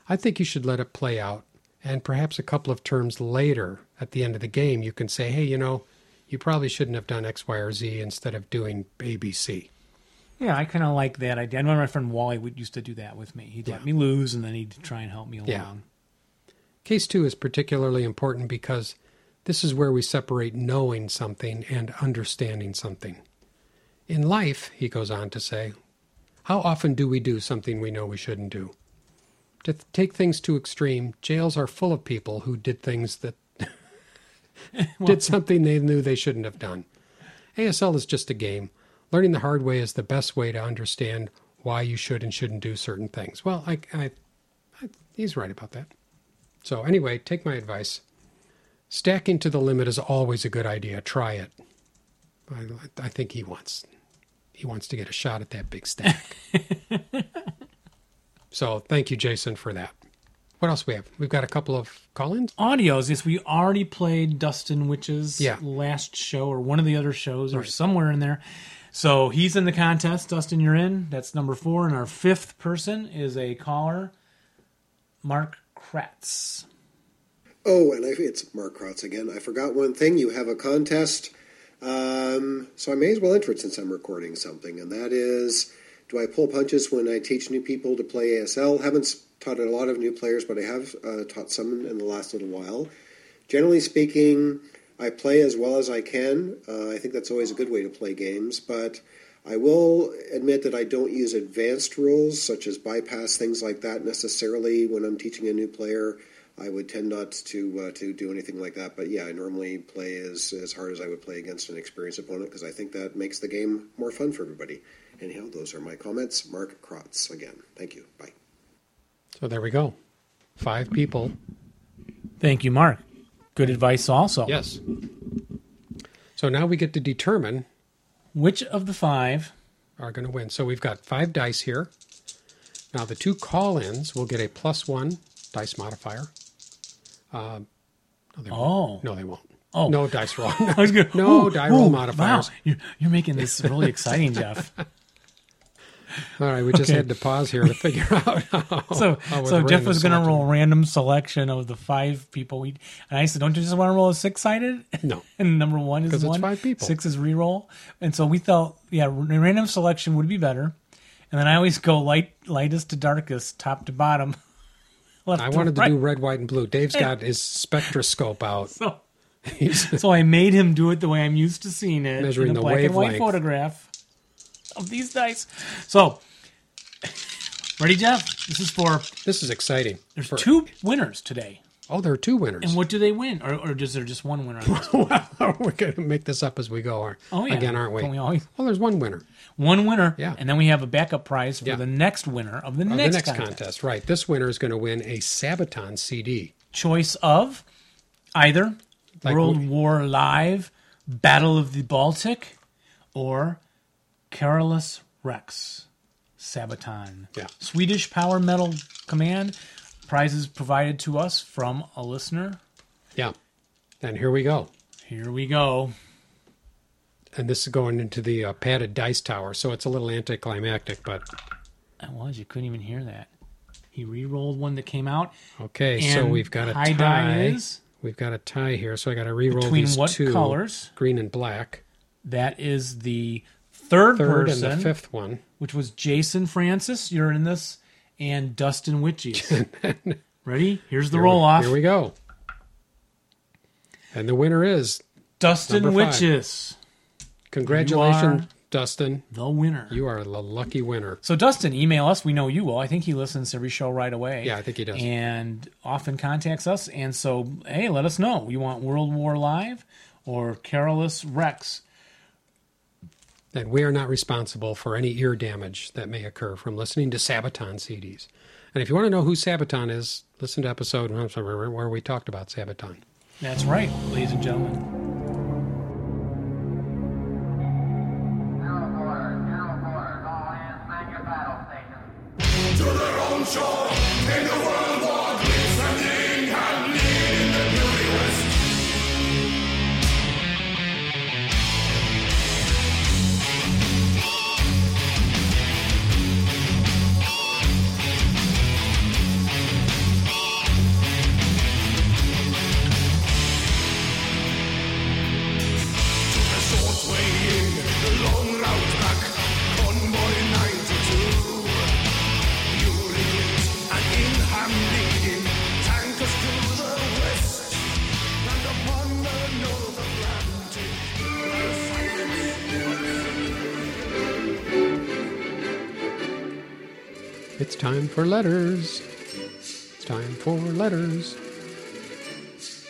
[SPEAKER 2] I think you should let it play out. And perhaps a couple of turns later, at the end of the game, you can say, hey, you know, you probably shouldn't have done X, Y, or Z instead of doing ABC.
[SPEAKER 1] Yeah, I kind of like that idea. I remember my friend Wally would used to do that with me. He'd let me lose, and then he'd try and help me along.
[SPEAKER 2] Yeah. Case two is particularly important because this is where we separate knowing something and understanding something. In life, he goes on to say, how often do we do something we know we shouldn't do? To th- take things to extreme, jails are full of people who did things that did something they knew they shouldn't have done. ASL is just a game. Learning the hard way is the best way to understand why you should and shouldn't do certain things. Well, I, I, I he's right about that. So anyway, take my advice. Stacking to the limit is always a good idea. Try it. I, I think he wants he wants to get a shot at that big stack. so thank you, Jason, for that. What else we have? We've got a couple of call-ins.
[SPEAKER 1] Audios, yes, we already played Dustin Witch's
[SPEAKER 2] Yeah.
[SPEAKER 1] last show or one of the other shows or somewhere in there. So he's in the contest. Dustin, you're in. That's number four. And our fifth person is a caller, Mark Kratz.
[SPEAKER 3] Oh, and I, it's Mark Krotz again. I forgot one thing. You have a contest, um, so I may as well enter it since I'm recording something, and that is: Do I pull punches when I teach new people to play ASL? Haven't s- taught a lot of new players, but I have uh, taught some in the last little while. Generally speaking, I play as well as I can. Uh, I think that's always a good way to play games, but I will admit that I don't use advanced rules such as bypass things like that necessarily when I'm teaching a new player. I would tend not to uh, to do anything like that, but yeah, I normally play as as hard as I would play against an experienced opponent because I think that makes the game more fun for everybody. Anyhow, those are my comments. Mark Krotz again. Thank you. Bye.
[SPEAKER 2] So there we go. Five people.
[SPEAKER 1] Thank you, Mark. Good advice also.
[SPEAKER 2] Yes. So now we get to determine
[SPEAKER 1] Which of the five?
[SPEAKER 2] are going to win. So we've got five dice here. Now the two call-ins will get a plus one dice modifier. Um,
[SPEAKER 1] Oh.
[SPEAKER 2] No, they won't.
[SPEAKER 1] Oh.
[SPEAKER 2] No dice roll.
[SPEAKER 1] I was gonna,
[SPEAKER 2] No die roll
[SPEAKER 1] Wow,
[SPEAKER 2] modifiers. Oh,
[SPEAKER 1] you're, you're making this really exciting, Jeff.
[SPEAKER 2] All right, we just
[SPEAKER 1] Okay.
[SPEAKER 2] had to pause here to figure out. How,
[SPEAKER 1] So,
[SPEAKER 2] how with
[SPEAKER 1] so Jeff
[SPEAKER 2] random
[SPEAKER 1] was going to
[SPEAKER 2] selection.
[SPEAKER 1] roll random selection of the five people. We and I said, "Don't you just want to roll a six sided?"
[SPEAKER 2] No.
[SPEAKER 1] and number one is
[SPEAKER 2] 'Cause it's
[SPEAKER 1] one.
[SPEAKER 2] five people.
[SPEAKER 1] Six is re-roll, and so we thought, yeah, r- random selection would be better. And then I always go light, lightest to darkest, top to bottom. Left
[SPEAKER 2] I wanted to
[SPEAKER 1] right.
[SPEAKER 2] do red, white, and blue. Dave's got his spectroscope out.
[SPEAKER 1] so.
[SPEAKER 2] He's-
[SPEAKER 1] So I made him do it the way I'm used to seeing it,
[SPEAKER 2] Measuring
[SPEAKER 1] in a
[SPEAKER 2] the
[SPEAKER 1] black and white
[SPEAKER 2] wavelength.
[SPEAKER 1] photograph of these dice. So, ready, Jeff? This is for
[SPEAKER 2] this is exciting.
[SPEAKER 1] there's
[SPEAKER 2] For-
[SPEAKER 1] two winners today.
[SPEAKER 2] Oh, there are two winners.
[SPEAKER 1] And what do they win, or, or is there just one winner? On this?
[SPEAKER 2] Wow, we're going to make this up as we go. aren't-
[SPEAKER 1] Oh, yeah.
[SPEAKER 2] Again, aren't we?
[SPEAKER 1] Don't we always-
[SPEAKER 2] Well, there's one winner.
[SPEAKER 1] One winner,
[SPEAKER 2] Yeah.
[SPEAKER 1] And then we have a backup prize for
[SPEAKER 2] Yeah.
[SPEAKER 1] the next winner of the
[SPEAKER 2] Uh,
[SPEAKER 1] next,
[SPEAKER 2] the next
[SPEAKER 1] contest.
[SPEAKER 2] contest. right? This winner is going to win a Sabaton CD.
[SPEAKER 1] Choice of either
[SPEAKER 2] Like
[SPEAKER 1] World
[SPEAKER 2] we-
[SPEAKER 1] War Live, Battle of the Baltic, or Carolus Rex, Sabaton.
[SPEAKER 2] Yeah.
[SPEAKER 1] Swedish Power Metal Command. Prizes provided to us from a listener.
[SPEAKER 2] Yeah, and here we go.
[SPEAKER 1] Here we go.
[SPEAKER 2] And this is going into the uh, padded dice tower, so it's a little anticlimactic, but
[SPEAKER 1] That was, you couldn't even hear that. He re rolled one that came out.
[SPEAKER 2] okay. so
[SPEAKER 1] And
[SPEAKER 2] we've got a tie.
[SPEAKER 1] high die is?
[SPEAKER 2] We've got a tie here, so I got to re-roll
[SPEAKER 1] Between
[SPEAKER 2] these
[SPEAKER 1] what
[SPEAKER 2] two
[SPEAKER 1] colors?
[SPEAKER 2] green and black.
[SPEAKER 1] That is the third,
[SPEAKER 2] Third
[SPEAKER 1] person,
[SPEAKER 2] and the fifth one.
[SPEAKER 1] which was Jason Francis. You're in this, and Dustin Witches. Ready? Here's the roll off.
[SPEAKER 2] Here we go. And the winner is
[SPEAKER 1] Dustin
[SPEAKER 2] Number five.
[SPEAKER 1] Witches,
[SPEAKER 2] congratulations, Dustin.
[SPEAKER 1] the winner.
[SPEAKER 2] You are the lucky winner.
[SPEAKER 1] so Dustin, email us. We know you will. I think he listens to every show right away.
[SPEAKER 2] Yeah, I think he does.
[SPEAKER 1] and often contacts us. And so, hey, let us know. You want World War Live or Carolus Rex?
[SPEAKER 2] that we are not responsible for any ear damage that may occur from listening to Sabaton CDs. And if you want to know who Sabaton is, listen to episode where we talked about Sabaton.
[SPEAKER 1] That's right, ladies and gentlemen.
[SPEAKER 4] Now aboard, now aboard, all hands man your battle stations.
[SPEAKER 2] It's time for letters. It's time for letters.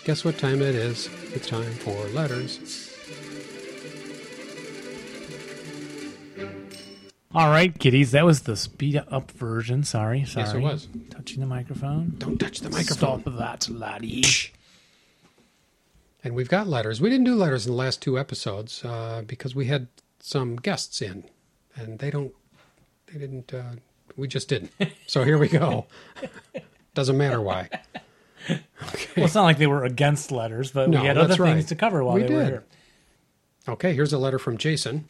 [SPEAKER 2] Guess what time it is? It's time for letters.
[SPEAKER 1] All right, kiddies, that was the speed up version. Sorry, sorry.
[SPEAKER 2] it was.
[SPEAKER 1] touching the microphone.
[SPEAKER 2] Don't touch the microphone.
[SPEAKER 1] Stop that, laddie.
[SPEAKER 2] And we've got letters. We didn't do letters in the last two episodes uh, because we had some guests in, and they don't, they didn't, uh, we just didn't. So here we go. Doesn't matter why.
[SPEAKER 1] Well, it's not like they were against letters, but
[SPEAKER 2] No,
[SPEAKER 1] we had
[SPEAKER 2] that's
[SPEAKER 1] other
[SPEAKER 2] right.
[SPEAKER 1] things to cover while
[SPEAKER 2] We
[SPEAKER 1] they were
[SPEAKER 2] did.
[SPEAKER 1] here.
[SPEAKER 2] Okay, here's a letter from Jason.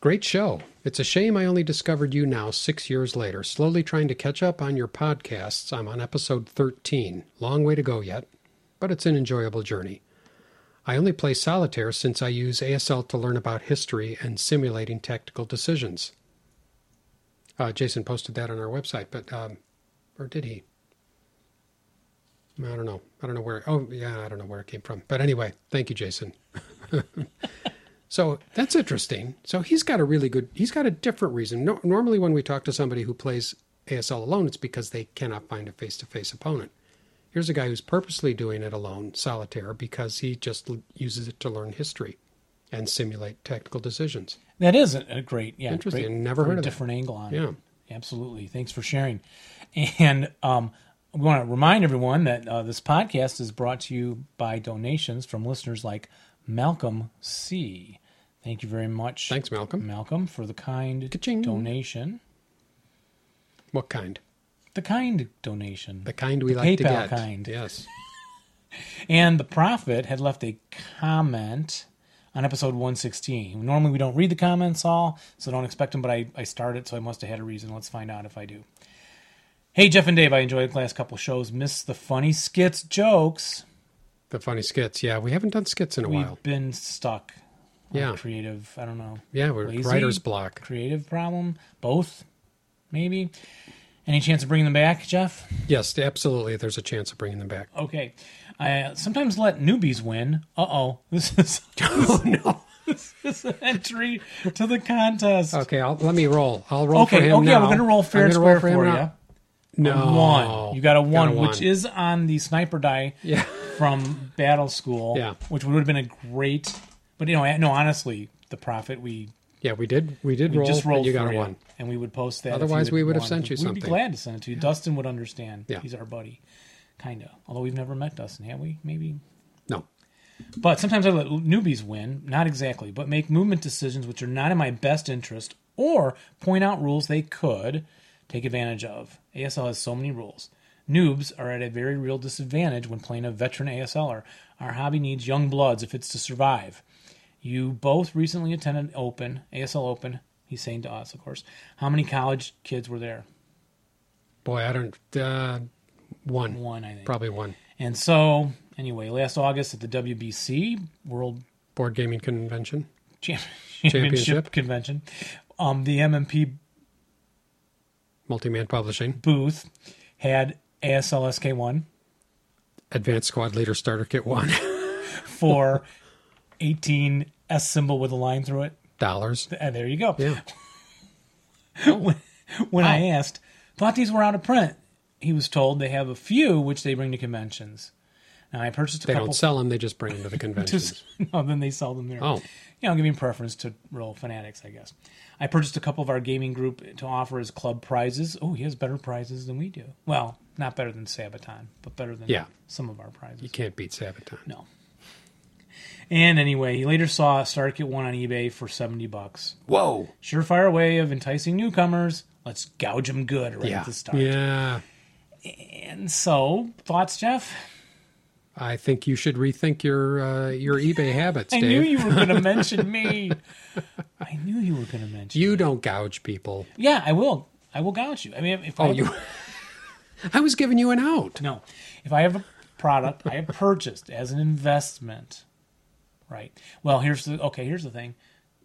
[SPEAKER 2] Great show. It's a shame I only discovered you now six years later. Slowly trying to catch up on your podcasts. I'm on episode 13. Long way to go yet, but it's an enjoyable journey. I only play solitaire since I use ASL to learn about history and simulating tactical decisions. Uh, Jason posted that on our website, but um, or did he? I don't know. I don't know where. Oh, yeah, I don't know where it came from. But anyway, thank you, Jason. So that's interesting. So he's got a really good, he's got a different reason. No, normally, when we talk to somebody who plays ASL alone, it's because they cannot find a face to face opponent. Here's a guy who's purposely doing it alone, solitaire, because he just l- uses it to learn history and simulate tactical decisions.
[SPEAKER 1] That is a, a great, yeah,
[SPEAKER 2] Interesting.
[SPEAKER 1] Great,
[SPEAKER 2] Never heard of that.
[SPEAKER 1] different angle on
[SPEAKER 2] Yeah.
[SPEAKER 1] it. Absolutely. Thanks for sharing. And um, we want to remind everyone that uh, this podcast is brought to you by donations from listeners like Malcolm C. Thank you very much,
[SPEAKER 2] Thanks, Malcolm.
[SPEAKER 1] Malcolm, for the kind
[SPEAKER 2] Ka-ching.
[SPEAKER 1] donation.
[SPEAKER 2] What kind?
[SPEAKER 1] The kind donation.
[SPEAKER 2] The kind we
[SPEAKER 1] The
[SPEAKER 2] like
[SPEAKER 1] PayPal
[SPEAKER 2] to get.
[SPEAKER 1] kind.
[SPEAKER 2] Yes.
[SPEAKER 1] And the prophet had left a comment on episode 116. Normally, we don't read the comments all, so don't expect them, but I, I started, so I must have had a reason. Let's find out if I do. Hey, Jeff and Dave, I enjoyed the last couple shows. Miss the funny skits jokes.
[SPEAKER 2] The funny skits. Yeah, we haven't done skits in a while.
[SPEAKER 1] We've been stuck. on
[SPEAKER 2] Yeah.
[SPEAKER 1] Creative, I don't know.
[SPEAKER 2] Yeah, we're
[SPEAKER 1] Lazy?
[SPEAKER 2] writer's block.
[SPEAKER 1] Creative problem? Both? Maybe? Any chance of bringing them back, Jeff?
[SPEAKER 2] Yes, absolutely. There's a chance of bringing them back.
[SPEAKER 1] Okay. I sometimes let newbies win. Uh oh. This is. Oh, no. This is an entry to the contest. Okay.
[SPEAKER 2] Okay, I'll, let me roll. I'll roll Oh, for
[SPEAKER 1] Okay.
[SPEAKER 2] him
[SPEAKER 1] Oh, yeah.
[SPEAKER 2] now.
[SPEAKER 1] We're going to roll fair
[SPEAKER 2] I'm
[SPEAKER 1] and
[SPEAKER 2] gonna roll
[SPEAKER 1] square for, you.
[SPEAKER 2] him now. No.
[SPEAKER 1] One. You got a one, which
[SPEAKER 2] one.
[SPEAKER 1] is on the sniper die
[SPEAKER 2] Yeah.
[SPEAKER 1] from Battle School,
[SPEAKER 2] Yeah.
[SPEAKER 1] which would have been a great. But, you know, no, honestly, the profit, we,
[SPEAKER 2] Yeah, we did. We did
[SPEAKER 1] we
[SPEAKER 2] roll.
[SPEAKER 1] just
[SPEAKER 2] and
[SPEAKER 1] rolled
[SPEAKER 2] you got
[SPEAKER 1] for
[SPEAKER 2] a one.
[SPEAKER 1] And we would post that. if you
[SPEAKER 2] Otherwise, we would have
[SPEAKER 1] want.
[SPEAKER 2] sent you
[SPEAKER 1] We'd
[SPEAKER 2] something.
[SPEAKER 1] be glad to send it to you. Dustin would understand.
[SPEAKER 2] Yeah.
[SPEAKER 1] He's our buddy. Kind of. Although we've never met Dustin, have we? Maybe.
[SPEAKER 2] No.
[SPEAKER 1] But sometimes I let newbies win, not exactly, but make movement decisions which are not in my best interest or point out rules they could take advantage of. ASL has so many rules. Noobs are at a very real disadvantage when playing a veteran ASLer. Our hobby needs young bloods if it's to survive. You both recently attended Open, ASL Open, he's saying to us, of course. How many college kids were there?
[SPEAKER 2] Boy, I don't. Uh, one.
[SPEAKER 1] One, I think.
[SPEAKER 2] Probably one.
[SPEAKER 1] And so, anyway, last August at the WBC, World
[SPEAKER 2] Board gaming convention.
[SPEAKER 1] Cham-
[SPEAKER 2] Championship.
[SPEAKER 1] championship convention, um, the MMP
[SPEAKER 2] Multi man publishing.
[SPEAKER 1] booth had ASLSK1
[SPEAKER 2] Advanced squad leader starter kit one.
[SPEAKER 1] for 18 S symbol with a line through it.
[SPEAKER 2] Dollars.
[SPEAKER 1] And there you go.
[SPEAKER 2] Yeah.
[SPEAKER 1] when when I asked, thought these were out of print. He was told they have a few which they bring to conventions. Now I purchased a
[SPEAKER 2] They
[SPEAKER 1] couple.
[SPEAKER 2] don't sell them. They just bring them to the conventions.
[SPEAKER 1] Just, no, then they sell them there.
[SPEAKER 2] Oh.
[SPEAKER 1] You know, giving preference to real fanatics, I guess. I purchased a couple of our gaming group to offer as club prizes. Oh, he has better prizes than we do. Well, not better than Sabaton, but better than
[SPEAKER 2] Yeah.
[SPEAKER 1] some of our
[SPEAKER 2] You
[SPEAKER 1] prizes.
[SPEAKER 2] can't beat Sabaton.
[SPEAKER 1] No. And anyway, he later saw StarKit 1 on eBay for 70 bucks.
[SPEAKER 2] Whoa.
[SPEAKER 1] Surefire way of enticing newcomers. Let's gouge them good right
[SPEAKER 2] Yeah.
[SPEAKER 1] at the start.
[SPEAKER 2] Yeah.
[SPEAKER 1] And so, thoughts, Jeff?
[SPEAKER 2] I think you should rethink your uh, your eBay habits,
[SPEAKER 1] I
[SPEAKER 2] Dave.
[SPEAKER 1] knew you were going to mention me. I knew you were going to mention
[SPEAKER 2] You don't gouge people.
[SPEAKER 1] Yeah, I will. I will gouge you. I mean, if I
[SPEAKER 2] Oh, you. I was giving you an out.
[SPEAKER 1] no, if I have a product I have purchased as an investment, right? Well, here's the okay. Here's the thing.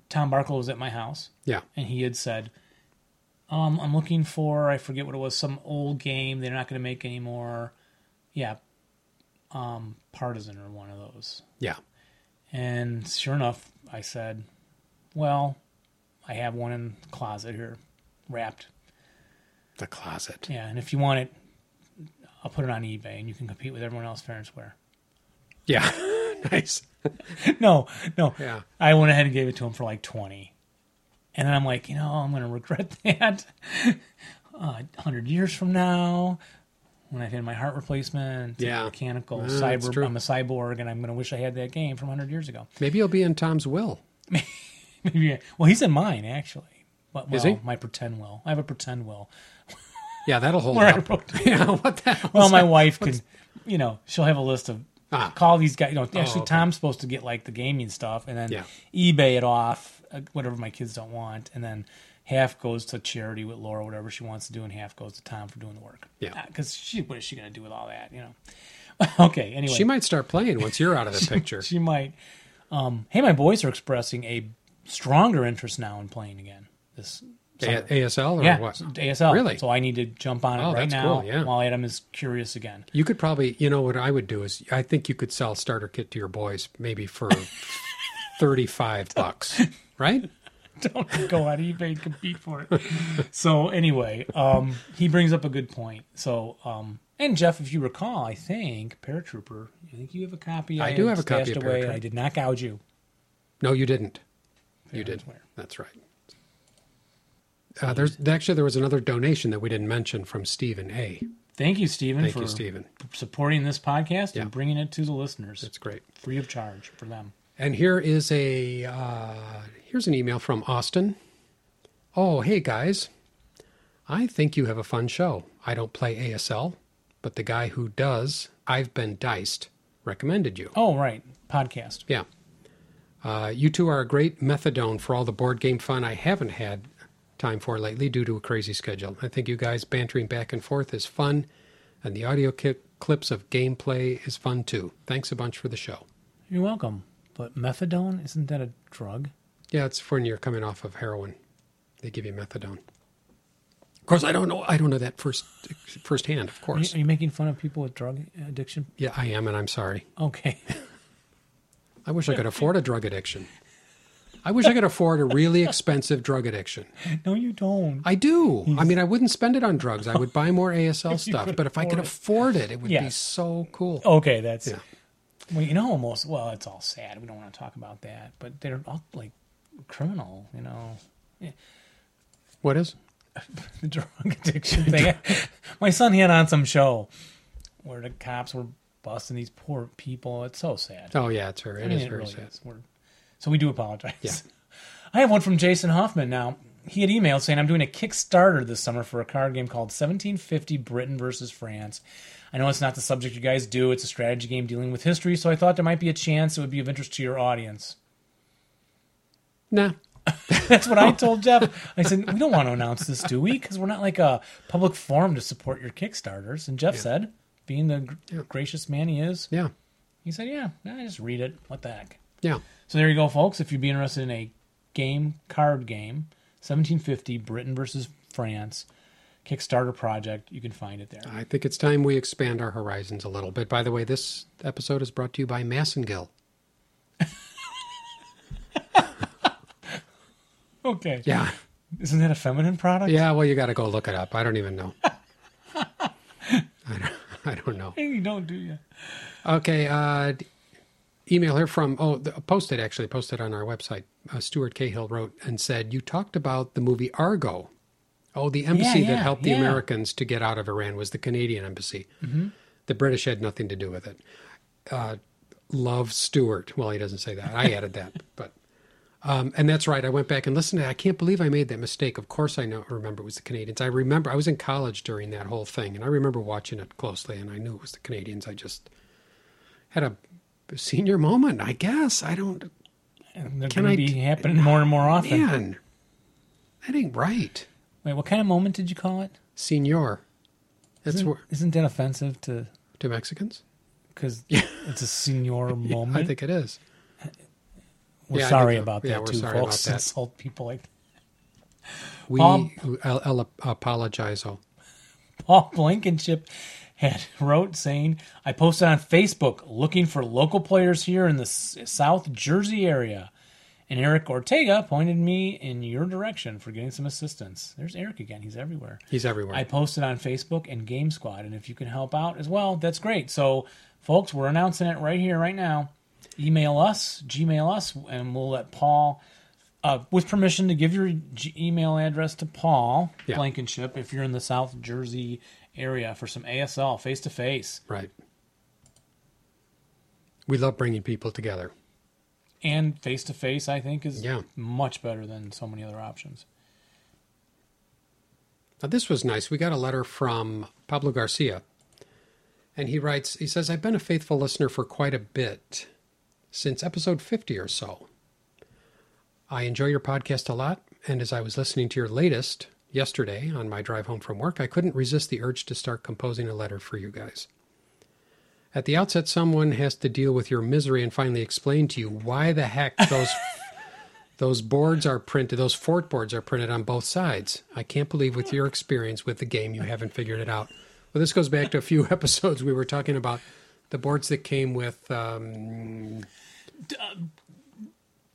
[SPEAKER 1] Tom Barkle was at my house,
[SPEAKER 2] Yeah.
[SPEAKER 1] and he had said, um, "I'm looking for I forget what it was, some old game they're not going to make anymore." Yeah, um, Partisan or one of those.
[SPEAKER 2] Yeah.
[SPEAKER 1] And sure enough, I said, "Well, I have one in the closet here, wrapped."
[SPEAKER 2] The closet.
[SPEAKER 1] Yeah, and if you want it, I'll put it on eBay, and you can compete with everyone else fair and square.
[SPEAKER 2] Yeah. nice.
[SPEAKER 1] no, no.
[SPEAKER 2] Yeah.
[SPEAKER 1] I went ahead and gave it to him for like twenty, and then I'm like, you know, I'm going to regret that. uh, Hundred years from now, when I've had my heart replacement,
[SPEAKER 2] Yeah.
[SPEAKER 1] mechanical
[SPEAKER 2] Yeah, that's
[SPEAKER 1] cyber,
[SPEAKER 2] true.
[SPEAKER 1] I'm a cyborg, and I'm going to wish I had that game from hundred years ago.
[SPEAKER 2] Maybe you'll be in Tom's will.
[SPEAKER 1] Maybe. I- Well, he's in mine actually. But, well,
[SPEAKER 2] Is he?
[SPEAKER 1] My pretend will. I have a pretend will.
[SPEAKER 2] Yeah, that'll hold
[SPEAKER 1] Where I
[SPEAKER 2] up.
[SPEAKER 1] wrote
[SPEAKER 2] yeah, what the hell?
[SPEAKER 1] Well,
[SPEAKER 2] is
[SPEAKER 1] my
[SPEAKER 2] that?
[SPEAKER 1] wife can, you know, she'll have a list of
[SPEAKER 2] Ah. Oh,
[SPEAKER 1] call these guys. You know, actually,
[SPEAKER 2] okay.
[SPEAKER 1] Tom's supposed to get like the gaming stuff, and then
[SPEAKER 2] Yeah.
[SPEAKER 1] eBay it off, uh, whatever my kids don't want, and then half goes to charity with Laura, whatever she wants to do, and half goes to Tom for doing the work.
[SPEAKER 2] Yeah.
[SPEAKER 1] because she, what is she going to do with all that? You know. okay. Anyway,
[SPEAKER 2] She might start playing once you're out of the picture.
[SPEAKER 1] She might. Um, hey, my boys are expressing a stronger interest now in playing again. This.
[SPEAKER 2] A- ASL or
[SPEAKER 1] Yeah,
[SPEAKER 2] what?
[SPEAKER 1] ASL.
[SPEAKER 2] Really?
[SPEAKER 1] So I need to jump on it
[SPEAKER 2] Oh,
[SPEAKER 1] right
[SPEAKER 2] that's
[SPEAKER 1] now
[SPEAKER 2] cool, yeah.
[SPEAKER 1] while Adam is curious again.
[SPEAKER 2] You could probably, you know, what I would do is I think you could sell starter kit to your boys maybe for 35 bucks, right?
[SPEAKER 1] don't go on eBay and compete for it. so anyway, um, he brings up a good point. So um, and Jeff, if you recall, I think Paratrooper. I think you have a copy.
[SPEAKER 2] I do
[SPEAKER 1] had
[SPEAKER 2] have a copy
[SPEAKER 1] stashed
[SPEAKER 2] of
[SPEAKER 1] away, and
[SPEAKER 2] Paratrooper.
[SPEAKER 1] I did not gouge you.
[SPEAKER 2] No, you didn't. You
[SPEAKER 1] Yeah,
[SPEAKER 2] did.
[SPEAKER 1] that's where.
[SPEAKER 2] That's right. Uh, there's actually there was another donation that we didn't mention from Stephen A.
[SPEAKER 1] Thank you, Stephen,
[SPEAKER 2] Thank
[SPEAKER 1] for
[SPEAKER 2] you, Stephen.
[SPEAKER 1] supporting this podcast
[SPEAKER 2] Yeah.
[SPEAKER 1] and bringing it to the listeners
[SPEAKER 2] That's great.
[SPEAKER 1] free of charge for them.
[SPEAKER 2] And here is a uh, here's an email from Austin. Oh, hey guys, I think you have a fun show. I don't play ASL, but the guy who does, I've been diced, recommended you.
[SPEAKER 1] Oh right, podcast.
[SPEAKER 2] Yeah. Uh, you two are a great methadone for all the board game fun I haven't had time for lately due to a crazy schedule. I think you guys bantering back and forth is fun, and the audio ki- clips of gameplay is fun too. Thanks a bunch for the show.
[SPEAKER 1] You're welcome. But methadone isn't that a drug?
[SPEAKER 2] Yeah, it's for when you're coming off of heroin. They give you methadone. Of course, I don't know. I don't know that first firsthand. Of
[SPEAKER 1] Are you,
[SPEAKER 2] course,
[SPEAKER 1] are you making fun of people with drug addiction?
[SPEAKER 2] yeah, I am, and I'm sorry.
[SPEAKER 1] Okay.
[SPEAKER 2] I wish I could afford a drug addiction. I wish I could afford a really expensive drug addiction.
[SPEAKER 1] no, you don't.
[SPEAKER 2] I do. I mean, I wouldn't spend it on drugs. I would buy more ASL stuff.
[SPEAKER 1] could
[SPEAKER 2] But if I could afford it, it would be
[SPEAKER 1] Yes. Oh.
[SPEAKER 2] so cool.
[SPEAKER 1] Okay, that's.
[SPEAKER 2] Yeah.
[SPEAKER 1] Well, you know, almost. Well, it's all sad. We don't want to talk about that, but they're all like criminal. You know,
[SPEAKER 2] What is?
[SPEAKER 1] the drug addiction thing. My son had on some show where the cops were busting these poor people. It's so sad.
[SPEAKER 2] Oh yeah, it's her.
[SPEAKER 1] I
[SPEAKER 2] It
[SPEAKER 1] mean,
[SPEAKER 2] is
[SPEAKER 1] it
[SPEAKER 2] very
[SPEAKER 1] really
[SPEAKER 2] sad.
[SPEAKER 1] is. We're, so we do apologize.
[SPEAKER 2] Yeah.
[SPEAKER 1] I have one from Jason Hoffman now. He had emailed saying, I'm doing a Kickstarter this summer for a card game called 1750 Britain versus France. I know it's not the subject you guys do, it's a strategy game dealing with history, so I thought there might be a chance it would be of interest to your audience.
[SPEAKER 2] Nah.
[SPEAKER 1] That's what I told Jeff. I said, We don't want to announce this, do we? Because we're not like a public forum to support your Kickstarters. And Jeff said, being the gr- gracious man he is,
[SPEAKER 2] Yeah.
[SPEAKER 1] he said, Yeah, nah, just read it. What the heck?
[SPEAKER 2] Yeah.
[SPEAKER 1] So there you go, folks. If you'd be interested in a game, card game, 1750 Britain versus France Kickstarter project, you can find it there.
[SPEAKER 2] I think it's time we expand our horizons a little bit. By the way, this episode is brought to you by Massengill.
[SPEAKER 1] Okay.
[SPEAKER 2] Yeah.
[SPEAKER 1] Isn't that a feminine product?
[SPEAKER 2] Yeah. Well, you got to go look it up. I don't even know. I don't, I don't know.
[SPEAKER 1] You don't do you?
[SPEAKER 2] Okay. Uh, d- email here from, oh, the, posted actually, posted on our website. Uh, Stuart Cahill wrote and said, You talked about the movie Argo. Oh, the embassy that
[SPEAKER 1] yeah,
[SPEAKER 2] helped
[SPEAKER 1] yeah. Mm-hmm.
[SPEAKER 2] the Americans to get out of Iran was the Canadian embassy. The British had nothing to do with it. Uh, love Stuart. Well, he doesn't say that. I added that. But. Um, and that's right. I went back and listened. to it. I can't believe I made that mistake. Of course, I know. Remember, it was the Canadians. I remember I was in college during that whole thing, and I remember watching it closely, and I knew it was the Canadians. I just had a senior moment, I guess. I don't.
[SPEAKER 1] And they're
[SPEAKER 2] Can
[SPEAKER 1] going
[SPEAKER 2] I
[SPEAKER 1] to be
[SPEAKER 2] d-
[SPEAKER 1] happening more and more often.
[SPEAKER 2] Man, that ain't right,
[SPEAKER 1] Wait, what kind of moment did you call it?
[SPEAKER 2] senior. That's
[SPEAKER 1] Isn't,
[SPEAKER 2] where
[SPEAKER 1] isn't that offensive to.
[SPEAKER 2] to Mexicans.
[SPEAKER 1] Because it's a senior moment?
[SPEAKER 2] I think it is.
[SPEAKER 1] we're
[SPEAKER 2] yeah, I
[SPEAKER 1] sorry
[SPEAKER 2] think so.
[SPEAKER 1] about that,
[SPEAKER 2] Yeah, we're
[SPEAKER 1] too,
[SPEAKER 2] sorry about
[SPEAKER 1] folks.
[SPEAKER 2] that.
[SPEAKER 1] Insult people like
[SPEAKER 2] We
[SPEAKER 1] Paul-
[SPEAKER 2] I'll, I'll apologize. Oh,
[SPEAKER 1] Paul Blankenship had wrote saying, "I posted on Facebook looking for local players here in the S- South Jersey area, and Eric Ortega pointed me in your direction for getting some assistance." There's Eric again; he's everywhere.
[SPEAKER 2] he's everywhere.
[SPEAKER 1] I posted on Facebook and Game Squad, and if you can help out as well, that's great. So, folks, we're announcing it right here, right now. Email us, Gmail us, and we'll let Paul, uh, with permission to give your g- email address to Paul
[SPEAKER 2] Yeah.
[SPEAKER 1] Blankenship if you're in the South Jersey area for some ASL face to face.
[SPEAKER 2] right. We love bringing people together.
[SPEAKER 1] And face to face, I think, is
[SPEAKER 2] Yeah.
[SPEAKER 1] much better than so many other options.
[SPEAKER 2] Now, this was nice. We got a letter from Pablo Garcia. And he writes, he says, I've been a faithful listener for quite a bit, since episode 50 or so. I enjoy your podcast a lot. And as I was listening to your latest yesterday on my drive home from work, I couldn't resist the urge to start composing a letter for you guys. At the outset, someone has to deal with your misery and finally explain to you why the heck those those boards are printed those fort boards are printed on both sides i can't believe with your experience with the game you haven't figured it out well this goes back to a few episodes we were talking about the boards that came with um,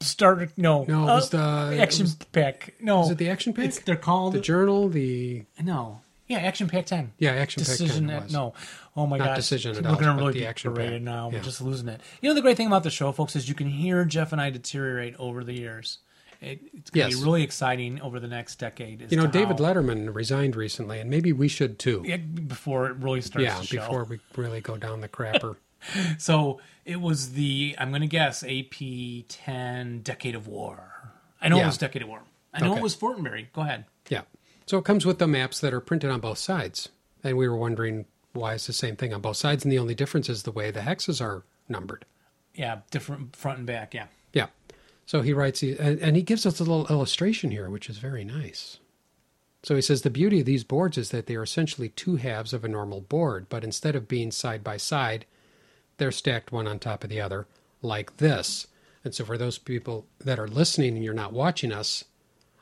[SPEAKER 1] Star no, Uh,
[SPEAKER 2] No, it was the- it
[SPEAKER 1] Action
[SPEAKER 2] was-
[SPEAKER 1] Pack. No,
[SPEAKER 2] Is it the action pack?
[SPEAKER 1] It's, they're called
[SPEAKER 2] the journal. The
[SPEAKER 1] no, yeah, Action Pack Ten.
[SPEAKER 2] yeah, action
[SPEAKER 1] Decision
[SPEAKER 2] pack.
[SPEAKER 1] at, no, oh my
[SPEAKER 2] Not
[SPEAKER 1] gosh,
[SPEAKER 2] Decision
[SPEAKER 1] we're
[SPEAKER 2] Adult,
[SPEAKER 1] gonna
[SPEAKER 2] but
[SPEAKER 1] really
[SPEAKER 2] the
[SPEAKER 1] be
[SPEAKER 2] Action Pack.
[SPEAKER 1] berated now.
[SPEAKER 2] Yeah.
[SPEAKER 1] We're just losing it. You know the great thing about the show, folks, is you can hear Jeff and I deteriorate over the years. It, it's gonna
[SPEAKER 2] Yes.
[SPEAKER 1] be really exciting over the next decade. as
[SPEAKER 2] You know,
[SPEAKER 1] to
[SPEAKER 2] David
[SPEAKER 1] how-
[SPEAKER 2] Letterman resigned recently, and maybe we should too.
[SPEAKER 1] Yeah, before it really starts.
[SPEAKER 2] Yeah,
[SPEAKER 1] to show.
[SPEAKER 2] before we really go down the crapper.
[SPEAKER 1] So it was the I'm going to guess AP ten Decade of War. I know
[SPEAKER 2] Yeah.
[SPEAKER 1] it was Decade of War. I know
[SPEAKER 2] Okay.
[SPEAKER 1] it was Fortenberry. Go ahead.
[SPEAKER 2] yeah. So it comes with the maps that are printed on both sides, and we were wondering why it's the same thing on both sides, and the only difference is the way the hexes are numbered.
[SPEAKER 1] Yeah, different front and back. Yeah.
[SPEAKER 2] Yeah. So he writes, he- and, and he gives us a little illustration here, which is very nice. So he says the beauty of these boards is that they are essentially two halves of a normal board, but instead of being side by side, they're stacked one on top of the other, like this. And so for those people that are listening and you're not watching us,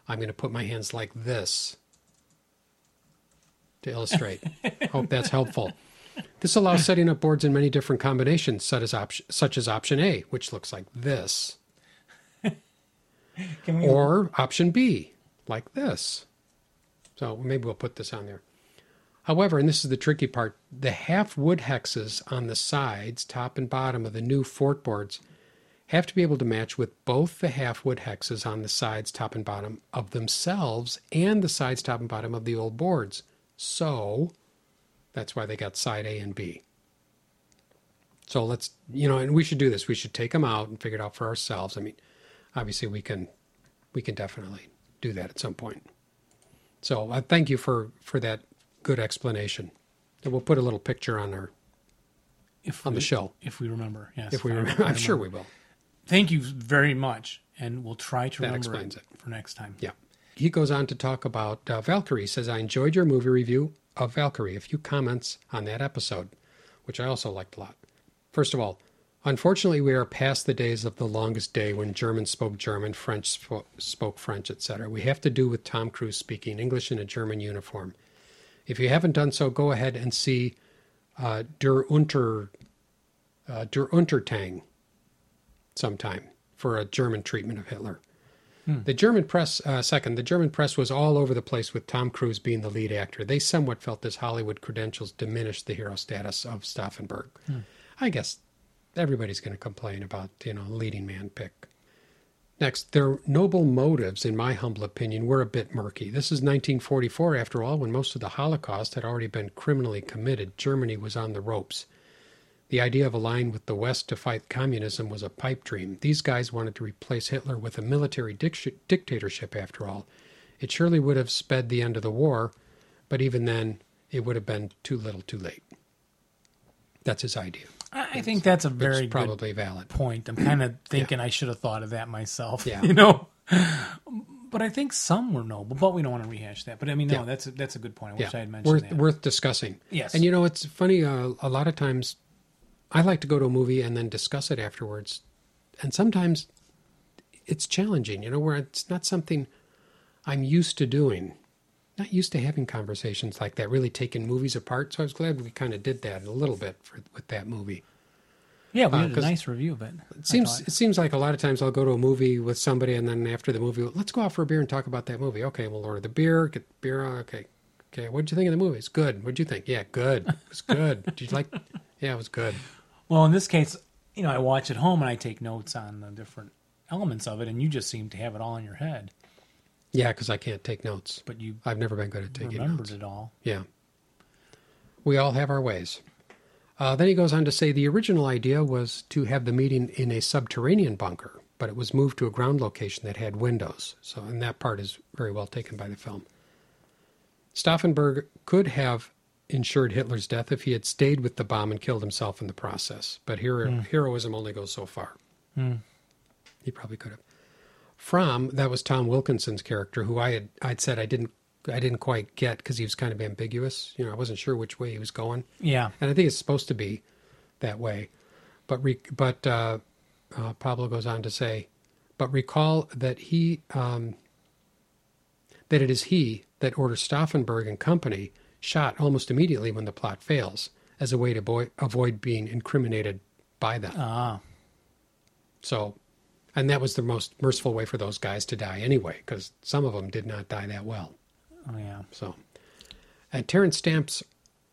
[SPEAKER 2] I'm going to put my hands like this to illustrate. Hope that's helpful. This allows setting up boards in many different combinations, such as, op- such as option A, which looks like this,
[SPEAKER 1] Can we?
[SPEAKER 2] or option B, like this. So maybe we'll put this on there. However, and this is the tricky part, the half wood hexes on the sides, top and bottom of the new fort boards have to be able to match with both the half wood hexes on the sides, top and bottom of themselves and the sides, top and bottom of the old boards. So that's why they got side A and B. So let's, you know, and we should do this. We should take them out and figure it out for ourselves. I mean, obviously we can, we can definitely do that at some point. So uh, thank you for for that good explanation. And we'll put a little picture on our
[SPEAKER 1] if
[SPEAKER 2] on
[SPEAKER 1] we,
[SPEAKER 2] the show
[SPEAKER 1] if we remember. Yes.
[SPEAKER 2] if we
[SPEAKER 1] I
[SPEAKER 2] remember. I'm sure we will.
[SPEAKER 1] Thank you very much, and we'll try to
[SPEAKER 2] That
[SPEAKER 1] remember
[SPEAKER 2] explains it.
[SPEAKER 1] for next time.
[SPEAKER 2] Yeah. He goes on to talk about uh, Valkyrie. He says, I enjoyed your movie review of Valkyrie. A few comments on that episode, which I also liked a lot. First of all, unfortunately, we are past the days of the longest day when Germans spoke German, French spo- spoke French, etc. We have to do with Tom Cruise speaking English in a German uniform. If you haven't done so, go ahead and see uh, Der Unter uh, Der Untertang sometime for a German treatment of Hitler. The German press, uh, second, the German press was all over the place with Tom Cruise being the lead actor. They somewhat felt his Hollywood credentials diminished the hero status of Stauffenberg. I guess everybody's going to complain about, you know, leading man pick. Next, their noble motives, in my humble opinion, were a bit murky. This is 1944, after all, when most of the Holocaust had already been criminally committed. Germany was on the ropes. The idea of aligning with the West to fight communism was a pipe dream. These guys wanted to replace Hitler with a military dic- dictatorship, after all. It surely would have sped the end of the war, but even then, it would have been too little too late. That's his idea.
[SPEAKER 1] I, I think that's a
[SPEAKER 2] It's
[SPEAKER 1] very good
[SPEAKER 2] probably valid.
[SPEAKER 1] point. I'm kind of thinking I should have thought of that myself.
[SPEAKER 2] Yeah.
[SPEAKER 1] You know. But I think some were noble, but we don't want to rehash that. But I mean, no,
[SPEAKER 2] Yeah.
[SPEAKER 1] that's a, that's a good point. I wish I had mentioned
[SPEAKER 2] worth,
[SPEAKER 1] that.
[SPEAKER 2] worth discussing.
[SPEAKER 1] Yes.
[SPEAKER 2] And you know, it's funny. Uh, a lot of times, I like to go to a movie and then discuss it afterwards, and sometimes it's challenging. You know, where it's not something I'm used to doing. Not used to having conversations like that, really taking movies apart. So I was glad we kind of did that a little bit for, with that movie.
[SPEAKER 1] yeah, we
[SPEAKER 2] uh,
[SPEAKER 1] did a
[SPEAKER 2] 'cause
[SPEAKER 1] nice review of it. I
[SPEAKER 2] It seems
[SPEAKER 1] thought.
[SPEAKER 2] it seems like a lot of times I'll go to a movie with somebody, and then after the movie, let's go out for a beer and talk about that movie. Okay, we'll order the beer, get the beer. uh, Okay, okay. What'd you think of the movie? It's good. What'd you think? Yeah, good. It was good. Did you like? Yeah, it was good.
[SPEAKER 1] Well, in this case, you know, I watch at home and I take notes on the different elements of it, and you just seem to have it all in your head,
[SPEAKER 2] Yeah, because I can't take notes.
[SPEAKER 1] but you
[SPEAKER 2] I've never been good at taking
[SPEAKER 1] remembered
[SPEAKER 2] notes.
[SPEAKER 1] it all.
[SPEAKER 2] Yeah. We all have our ways. Uh, then he goes on to say the original idea was to have the meeting in a subterranean bunker, but it was moved to a ground location that had windows. So, and that part is very well taken by the film. Stauffenberg could have ensured Hitler's death if he had stayed with the bomb and killed himself in the process, but hero, heroism only goes so far. He probably could have. From that was Tom Wilkinson's character, who I had I'd said I didn't I didn't quite get because he was kind of ambiguous. You know, I wasn't sure which way he was going,
[SPEAKER 1] Yeah,
[SPEAKER 2] and I think it's supposed to be that way. But re, but uh, uh, Pablo goes on to say, but recall that he um, that it is he that orders Stauffenberg and company shot almost immediately when the plot fails as a way to boy, avoid being incriminated by them.
[SPEAKER 1] ah,
[SPEAKER 2] So And that was the most merciful way for those guys to die anyway, because some of them did not die that well.
[SPEAKER 1] Oh yeah.
[SPEAKER 2] So, uh, Terrence Stamp's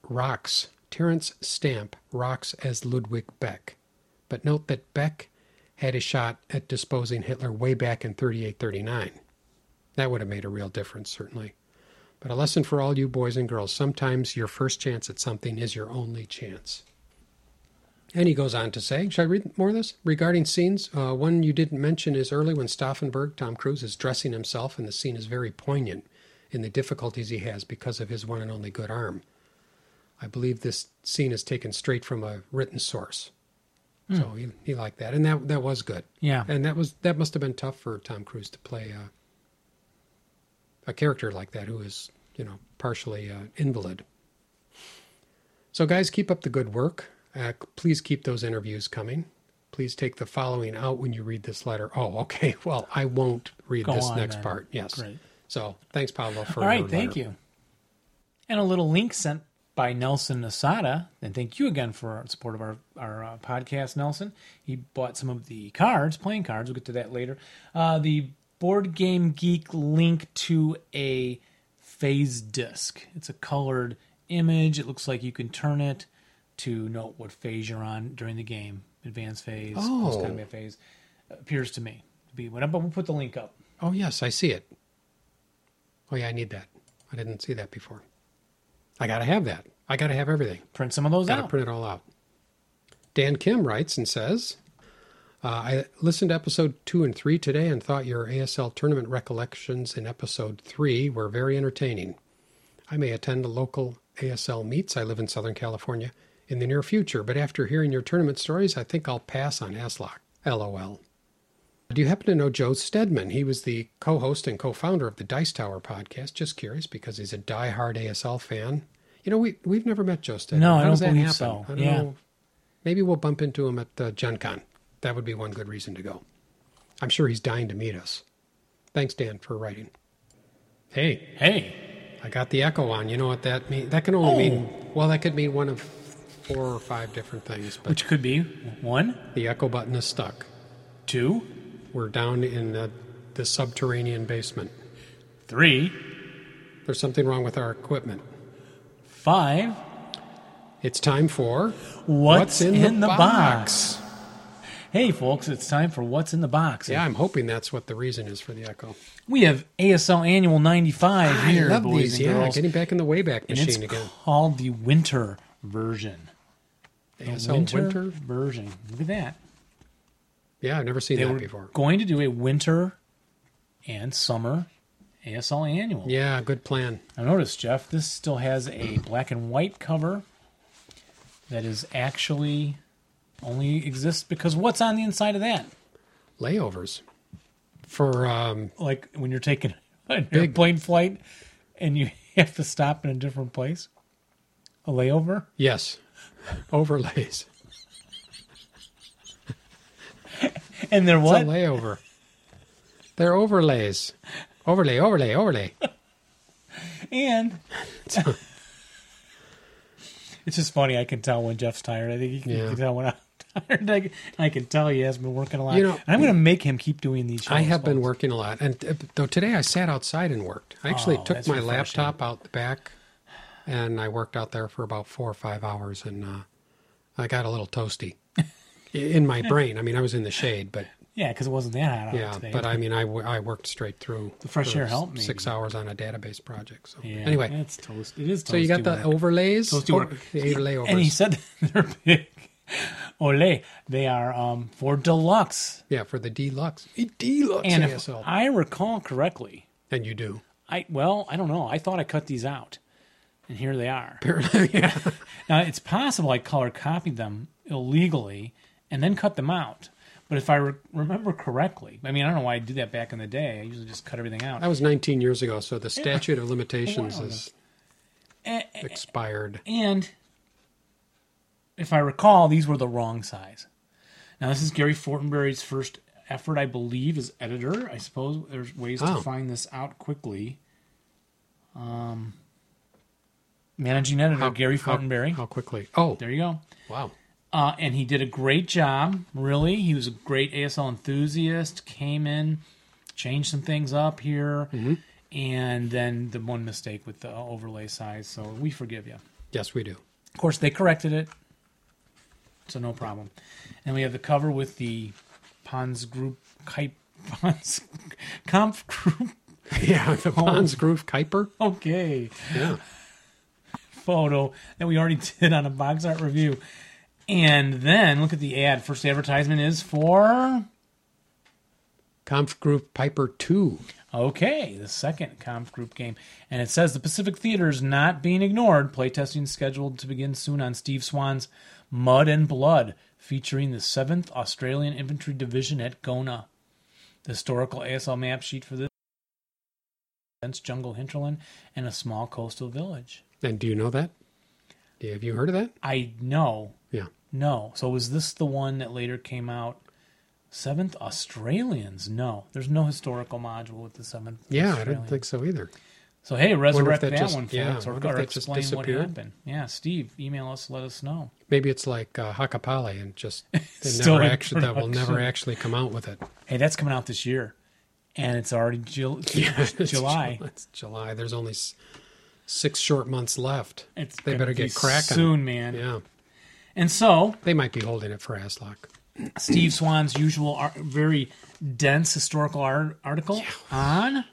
[SPEAKER 2] rocks. Terrence Stamp rocks as Ludwig Beck, but note that Beck had a shot at disposing Hitler way back in 38-39. That would have made a real difference, certainly. But a lesson for all you boys and girls: sometimes your first chance at something is your only chance. And he goes on to say, "Should I read more of this regarding scenes? Uh, one you didn't mention is early when Stauffenberg, Tom Cruise, is dressing himself, and the scene is very poignant." in the difficulties he has because of his one and only good arm. I believe this scene is taken straight from a written source. So he, he liked that. And that that was good.
[SPEAKER 1] Yeah.
[SPEAKER 2] And that was that must have been tough for Tom Cruise to play a, a character like that who is, you know, partially uh, invalid. So guys, keep up the good work. Uh, please keep those interviews coming. Please take the following out when you read this letter. Oh, okay. Well, I won't read
[SPEAKER 1] Go
[SPEAKER 2] this
[SPEAKER 1] on,
[SPEAKER 2] next
[SPEAKER 1] then.
[SPEAKER 2] part. Yes.
[SPEAKER 1] Great.
[SPEAKER 2] So thanks, Pablo, for
[SPEAKER 1] All right,
[SPEAKER 2] your
[SPEAKER 1] thank
[SPEAKER 2] letter.
[SPEAKER 1] you. And a little link sent by Nelson Nasada. And thank you again for our support of our, our uh, podcast, Nelson. He bought some of the cards, playing cards. We'll get to that later. Uh, the Board Game Geek link to a phase disc. It's a colored image. It looks like you can turn it to note what phase you're on during the game advanced phase,
[SPEAKER 2] Oh.
[SPEAKER 1] post combat phase. Appears to me to be whatever. But we'll put the link up.
[SPEAKER 2] Oh, yes, I see it. Oh, yeah, I need that. I didn't see that before. I got to have that. I got to have everything.
[SPEAKER 1] Print some of those
[SPEAKER 2] Got to
[SPEAKER 1] out.
[SPEAKER 2] print it all out. Dan Kim writes and says, uh, I listened to episode two and three today and thought your ASL tournament recollections in episode three were very entertaining. I may attend the local ASL meets. I live in Southern California in the near future, but after hearing your tournament stories, I think I'll pass on ASLOC. LOL. Do you happen to know Joe Stedman? He was the co host and co founder of the Dice Tower podcast. Just curious because he's a die-hard ASL fan. You know, we, we've never met Joe Stedman.
[SPEAKER 1] No, I
[SPEAKER 2] How does
[SPEAKER 1] don't
[SPEAKER 2] that
[SPEAKER 1] believe
[SPEAKER 2] happen?
[SPEAKER 1] so.
[SPEAKER 2] I don't
[SPEAKER 1] Yeah.
[SPEAKER 2] know. Maybe we'll bump into him at uh, Gen Con. That would be one good reason to go. I'm sure he's dying to meet us. Thanks, Dan, for writing. Hey,
[SPEAKER 1] Hey,
[SPEAKER 2] I got the echo on. You know what that means? That can only
[SPEAKER 1] Oh.
[SPEAKER 2] mean, well, that could mean one of four or five different things, but
[SPEAKER 1] which could be one,
[SPEAKER 2] the echo button is stuck.
[SPEAKER 1] two,
[SPEAKER 2] We're down in uh, the subterranean basement.
[SPEAKER 1] three,
[SPEAKER 2] There's something wrong with our equipment.
[SPEAKER 1] five.
[SPEAKER 2] It's time for
[SPEAKER 1] What's, in, the, box? Hey, folks, it's time for What's in the Box.
[SPEAKER 2] Yeah, I'm hoping that's what the reason is for the echo.
[SPEAKER 1] We have ASL Annual 95 here, boys and
[SPEAKER 2] Yeah,
[SPEAKER 1] girls.
[SPEAKER 2] getting back in the Wayback
[SPEAKER 1] and it's
[SPEAKER 2] Machine again.
[SPEAKER 1] called the Winter version. The
[SPEAKER 2] ASL Winter?
[SPEAKER 1] version. Look at that.
[SPEAKER 2] Yeah, I've never seen
[SPEAKER 1] They
[SPEAKER 2] that
[SPEAKER 1] were
[SPEAKER 2] before.
[SPEAKER 1] going to do a winter and summer ASL Annual.
[SPEAKER 2] Yeah, good plan.
[SPEAKER 1] I noticed, Jeff, this still has a black and white cover that is actually only exists because what's on the inside of that?
[SPEAKER 2] Layovers for um,
[SPEAKER 1] Like when you're taking an
[SPEAKER 2] Big-
[SPEAKER 1] airplane flight and you have to stop in a different place? A layover?
[SPEAKER 2] yes, overlays.
[SPEAKER 1] And there
[SPEAKER 2] It's a
[SPEAKER 1] was
[SPEAKER 2] layover. They're overlays. Overlay, overlay, overlay.
[SPEAKER 1] and it's just funny. I can tell when Jeff's tired. I think you can, you
[SPEAKER 2] Yeah.
[SPEAKER 1] can tell when I'm tired. I can, I can tell he has been working a lot.
[SPEAKER 2] You know-
[SPEAKER 1] and I'm going to make him keep doing these.
[SPEAKER 2] I
[SPEAKER 1] shows,
[SPEAKER 2] have been
[SPEAKER 1] folks.
[SPEAKER 2] working a lot, and uh, though today I sat outside and worked. I actually
[SPEAKER 1] Oh,
[SPEAKER 2] took
[SPEAKER 1] that's
[SPEAKER 2] my
[SPEAKER 1] refreshing.
[SPEAKER 2] laptop out the back, and I worked out there for about four or five hours, and uh, I got a little toasty I- in my brain. I mean, I was in the shade, but
[SPEAKER 1] Yeah, because it wasn't that hot out
[SPEAKER 2] yeah,
[SPEAKER 1] today.
[SPEAKER 2] but I mean, I, wo- I worked straight through.
[SPEAKER 1] The fresh
[SPEAKER 2] for
[SPEAKER 1] air helped,
[SPEAKER 2] s- Six
[SPEAKER 1] maybe.
[SPEAKER 2] hours on a database project. So
[SPEAKER 1] Yeah,
[SPEAKER 2] anyway,
[SPEAKER 1] it's toast. It is.
[SPEAKER 2] so you got
[SPEAKER 1] toasty
[SPEAKER 2] the
[SPEAKER 1] work.
[SPEAKER 2] overlays,
[SPEAKER 1] Toasty
[SPEAKER 2] Oh,
[SPEAKER 1] work.
[SPEAKER 2] the overlay
[SPEAKER 1] and he
[SPEAKER 2] overs.
[SPEAKER 1] said they're big. Ole, they are um, for deluxe.
[SPEAKER 2] Yeah, for the deluxe, deluxe
[SPEAKER 1] And if
[SPEAKER 2] ASL,
[SPEAKER 1] I recall correctly,
[SPEAKER 2] and you do.
[SPEAKER 1] I well, I don't know. I thought I cut these out, and here they are.
[SPEAKER 2] Apparently, yeah.
[SPEAKER 1] Now it's possible I color copied them illegally and then cut them out. But if I re- remember correctly, I mean I don't know why I did that back in the day. I usually just cut everything out.
[SPEAKER 2] That was 19 years ago, so the statute of limitations
[SPEAKER 1] Oh, Wow.
[SPEAKER 2] is
[SPEAKER 1] Eh, eh,
[SPEAKER 2] expired.
[SPEAKER 1] And if I recall, these were the wrong size. Now, this is Gary Fortenberry's first effort, I believe, as editor. I suppose there's ways
[SPEAKER 2] Oh.
[SPEAKER 1] to find this out quickly. Um, managing editor Gary
[SPEAKER 2] How-
[SPEAKER 1] Fortenberry.
[SPEAKER 2] How, quickly? Oh,
[SPEAKER 1] There you go.
[SPEAKER 2] wow.
[SPEAKER 1] Uh, and he did a great job, really. He was a great ASL enthusiast, came in, changed some things up here,
[SPEAKER 2] Mm-hmm.
[SPEAKER 1] and then the one mistake with the overlay size. So we forgive you.
[SPEAKER 2] Yes, we do.
[SPEAKER 1] Of course, they corrected it, so no problem. And we have the cover with the Pons Group Kite Pons Kampf Group.
[SPEAKER 2] Yeah, the Pons Groove Kuiper.
[SPEAKER 1] Okay,
[SPEAKER 2] Yeah.
[SPEAKER 1] photo that we already did on a box art review. And then look at the ad. First advertisement is for
[SPEAKER 2] Kampf Groove Piper 2.
[SPEAKER 1] okay, the second Comp Group game, and it says the Pacific Theater is not being ignored. Playtesting scheduled to begin soon on Steve Swan's Mud and Blood, featuring the Seventh Australian Infantry Division at Gona. The historical ASL map sheet for this dense jungle hinterland and a small coastal village.
[SPEAKER 2] And do you know that? Have you heard of that?
[SPEAKER 1] I know
[SPEAKER 2] Yeah.
[SPEAKER 1] No. So was this the one that later came out? Seventh Australians? No, there's no historical module with the seventh.
[SPEAKER 2] Yeah, I
[SPEAKER 1] Australian.
[SPEAKER 2] don't think so either.
[SPEAKER 1] So hey, resurrect
[SPEAKER 2] that
[SPEAKER 1] that,
[SPEAKER 2] just-
[SPEAKER 1] one for
[SPEAKER 2] yeah,
[SPEAKER 1] us, or,
[SPEAKER 2] wonder if
[SPEAKER 1] or
[SPEAKER 2] that just
[SPEAKER 1] explain what
[SPEAKER 2] disappeared.
[SPEAKER 1] happened. Yeah, Steve, email us, let us know.
[SPEAKER 2] Maybe it's like uh, Hakapale and just they
[SPEAKER 1] Still
[SPEAKER 2] never
[SPEAKER 1] in
[SPEAKER 2] actually that will never
[SPEAKER 1] production.
[SPEAKER 2] actually come out with it.
[SPEAKER 1] Hey, that's coming out this year, and it's already Jul-
[SPEAKER 2] It's
[SPEAKER 1] July.
[SPEAKER 2] Ju- It's July. There's only s- six short months left.
[SPEAKER 1] It's
[SPEAKER 2] they
[SPEAKER 1] gonna
[SPEAKER 2] better
[SPEAKER 1] be
[SPEAKER 2] get cracking.
[SPEAKER 1] soon, man.
[SPEAKER 2] Yeah,
[SPEAKER 1] And so
[SPEAKER 2] they might be holding it for Aslock.
[SPEAKER 1] Steve Swan's usual, ar- very dense historical ar- article on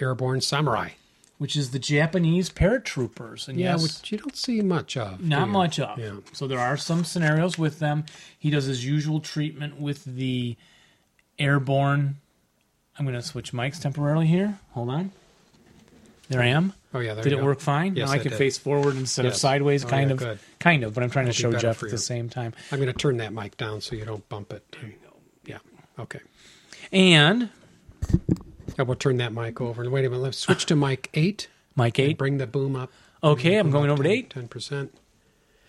[SPEAKER 2] Airborne Samurai.
[SPEAKER 1] which is the Japanese paratroopers. And
[SPEAKER 2] Yeah,
[SPEAKER 1] yes,
[SPEAKER 2] which you don't see much of. do
[SPEAKER 1] not
[SPEAKER 2] you?
[SPEAKER 1] much of.
[SPEAKER 2] Yeah.
[SPEAKER 1] So there are some scenarios with them. He does his usual treatment with the airborne. I'm going to switch mics temporarily here. Hold on. There I am.
[SPEAKER 2] Oh yeah, there
[SPEAKER 1] did
[SPEAKER 2] you
[SPEAKER 1] it
[SPEAKER 2] go.
[SPEAKER 1] work fine?
[SPEAKER 2] Yes,
[SPEAKER 1] now I
[SPEAKER 2] it
[SPEAKER 1] can
[SPEAKER 2] did.
[SPEAKER 1] face forward instead of
[SPEAKER 2] Yes.
[SPEAKER 1] sideways,
[SPEAKER 2] Oh,
[SPEAKER 1] kind
[SPEAKER 2] yeah,
[SPEAKER 1] of,
[SPEAKER 2] good.
[SPEAKER 1] kind of. But I'm trying to show
[SPEAKER 2] better
[SPEAKER 1] Jeff
[SPEAKER 2] for
[SPEAKER 1] at
[SPEAKER 2] you.
[SPEAKER 1] the same time.
[SPEAKER 2] I'm going to turn that mic down so you don't bump it. Yeah. Okay.
[SPEAKER 1] And
[SPEAKER 2] Yeah, we'll turn that mic over. And wait a minute. Let's switch to mic eight.
[SPEAKER 1] Mike
[SPEAKER 2] and
[SPEAKER 1] eight.
[SPEAKER 2] Bring the boom up.
[SPEAKER 1] Okay, I'm going over to eight.
[SPEAKER 2] Ten percent.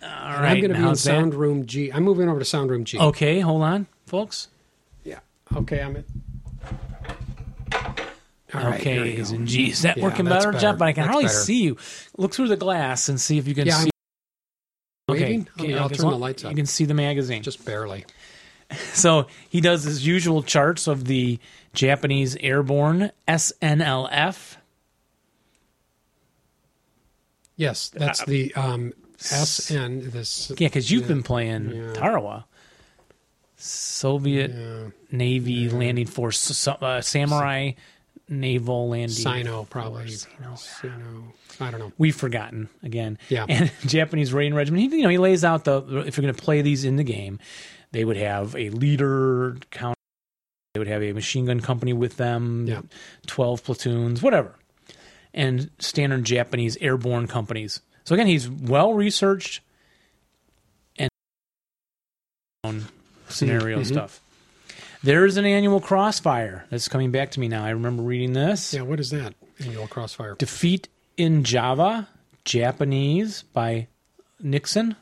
[SPEAKER 1] All
[SPEAKER 2] And I'm
[SPEAKER 1] right,
[SPEAKER 2] going to be
[SPEAKER 1] now Oh.
[SPEAKER 2] in
[SPEAKER 1] how's that?
[SPEAKER 2] sound room G. I'm moving over to sound room G.
[SPEAKER 1] Okay, hold on, folks.
[SPEAKER 2] yeah. Okay, I'm in. All right, here we
[SPEAKER 1] okay,
[SPEAKER 2] go.
[SPEAKER 1] is in G. Is that
[SPEAKER 2] Yeah,
[SPEAKER 1] working
[SPEAKER 2] that's
[SPEAKER 1] better,
[SPEAKER 2] better.
[SPEAKER 1] Jeff? But I can
[SPEAKER 2] That's
[SPEAKER 1] hardly
[SPEAKER 2] better.
[SPEAKER 1] see you. Look through the glass and see if you can
[SPEAKER 2] Yeah,
[SPEAKER 1] see.
[SPEAKER 2] I'm waving. Okay, I'll
[SPEAKER 1] as
[SPEAKER 2] turn
[SPEAKER 1] long-
[SPEAKER 2] the lights up.
[SPEAKER 1] You can see the magazine.
[SPEAKER 2] Just barely.
[SPEAKER 1] So he does his usual charts of the Japanese airborne SNLF.
[SPEAKER 2] Yes, that's the um, SN. This
[SPEAKER 1] Ah. Yeah, because you've been playing Tarawa, Soviet
[SPEAKER 2] uh,
[SPEAKER 1] Navy landing force, so- uh, samurai naval landing.
[SPEAKER 2] Sino probably.
[SPEAKER 1] Sino.
[SPEAKER 2] Sino. I don't know.
[SPEAKER 1] We've forgotten again.
[SPEAKER 2] Yeah.
[SPEAKER 1] And Japanese raiding regiment. He, you know, he lays out the if you're going to play these in the game, they would have a leader count. They would have a machine gun company with them.
[SPEAKER 2] Yeah.
[SPEAKER 1] 12 platoons, whatever, and standard Japanese airborne companies. So again, he's well researched and scenario
[SPEAKER 2] Mm-hmm.
[SPEAKER 1] stuff. There is an annual crossfire that's coming back to me now. I remember reading this.
[SPEAKER 2] Yeah, what is that? Annual crossfire.
[SPEAKER 1] Defeat in Java, Japanese by Nixon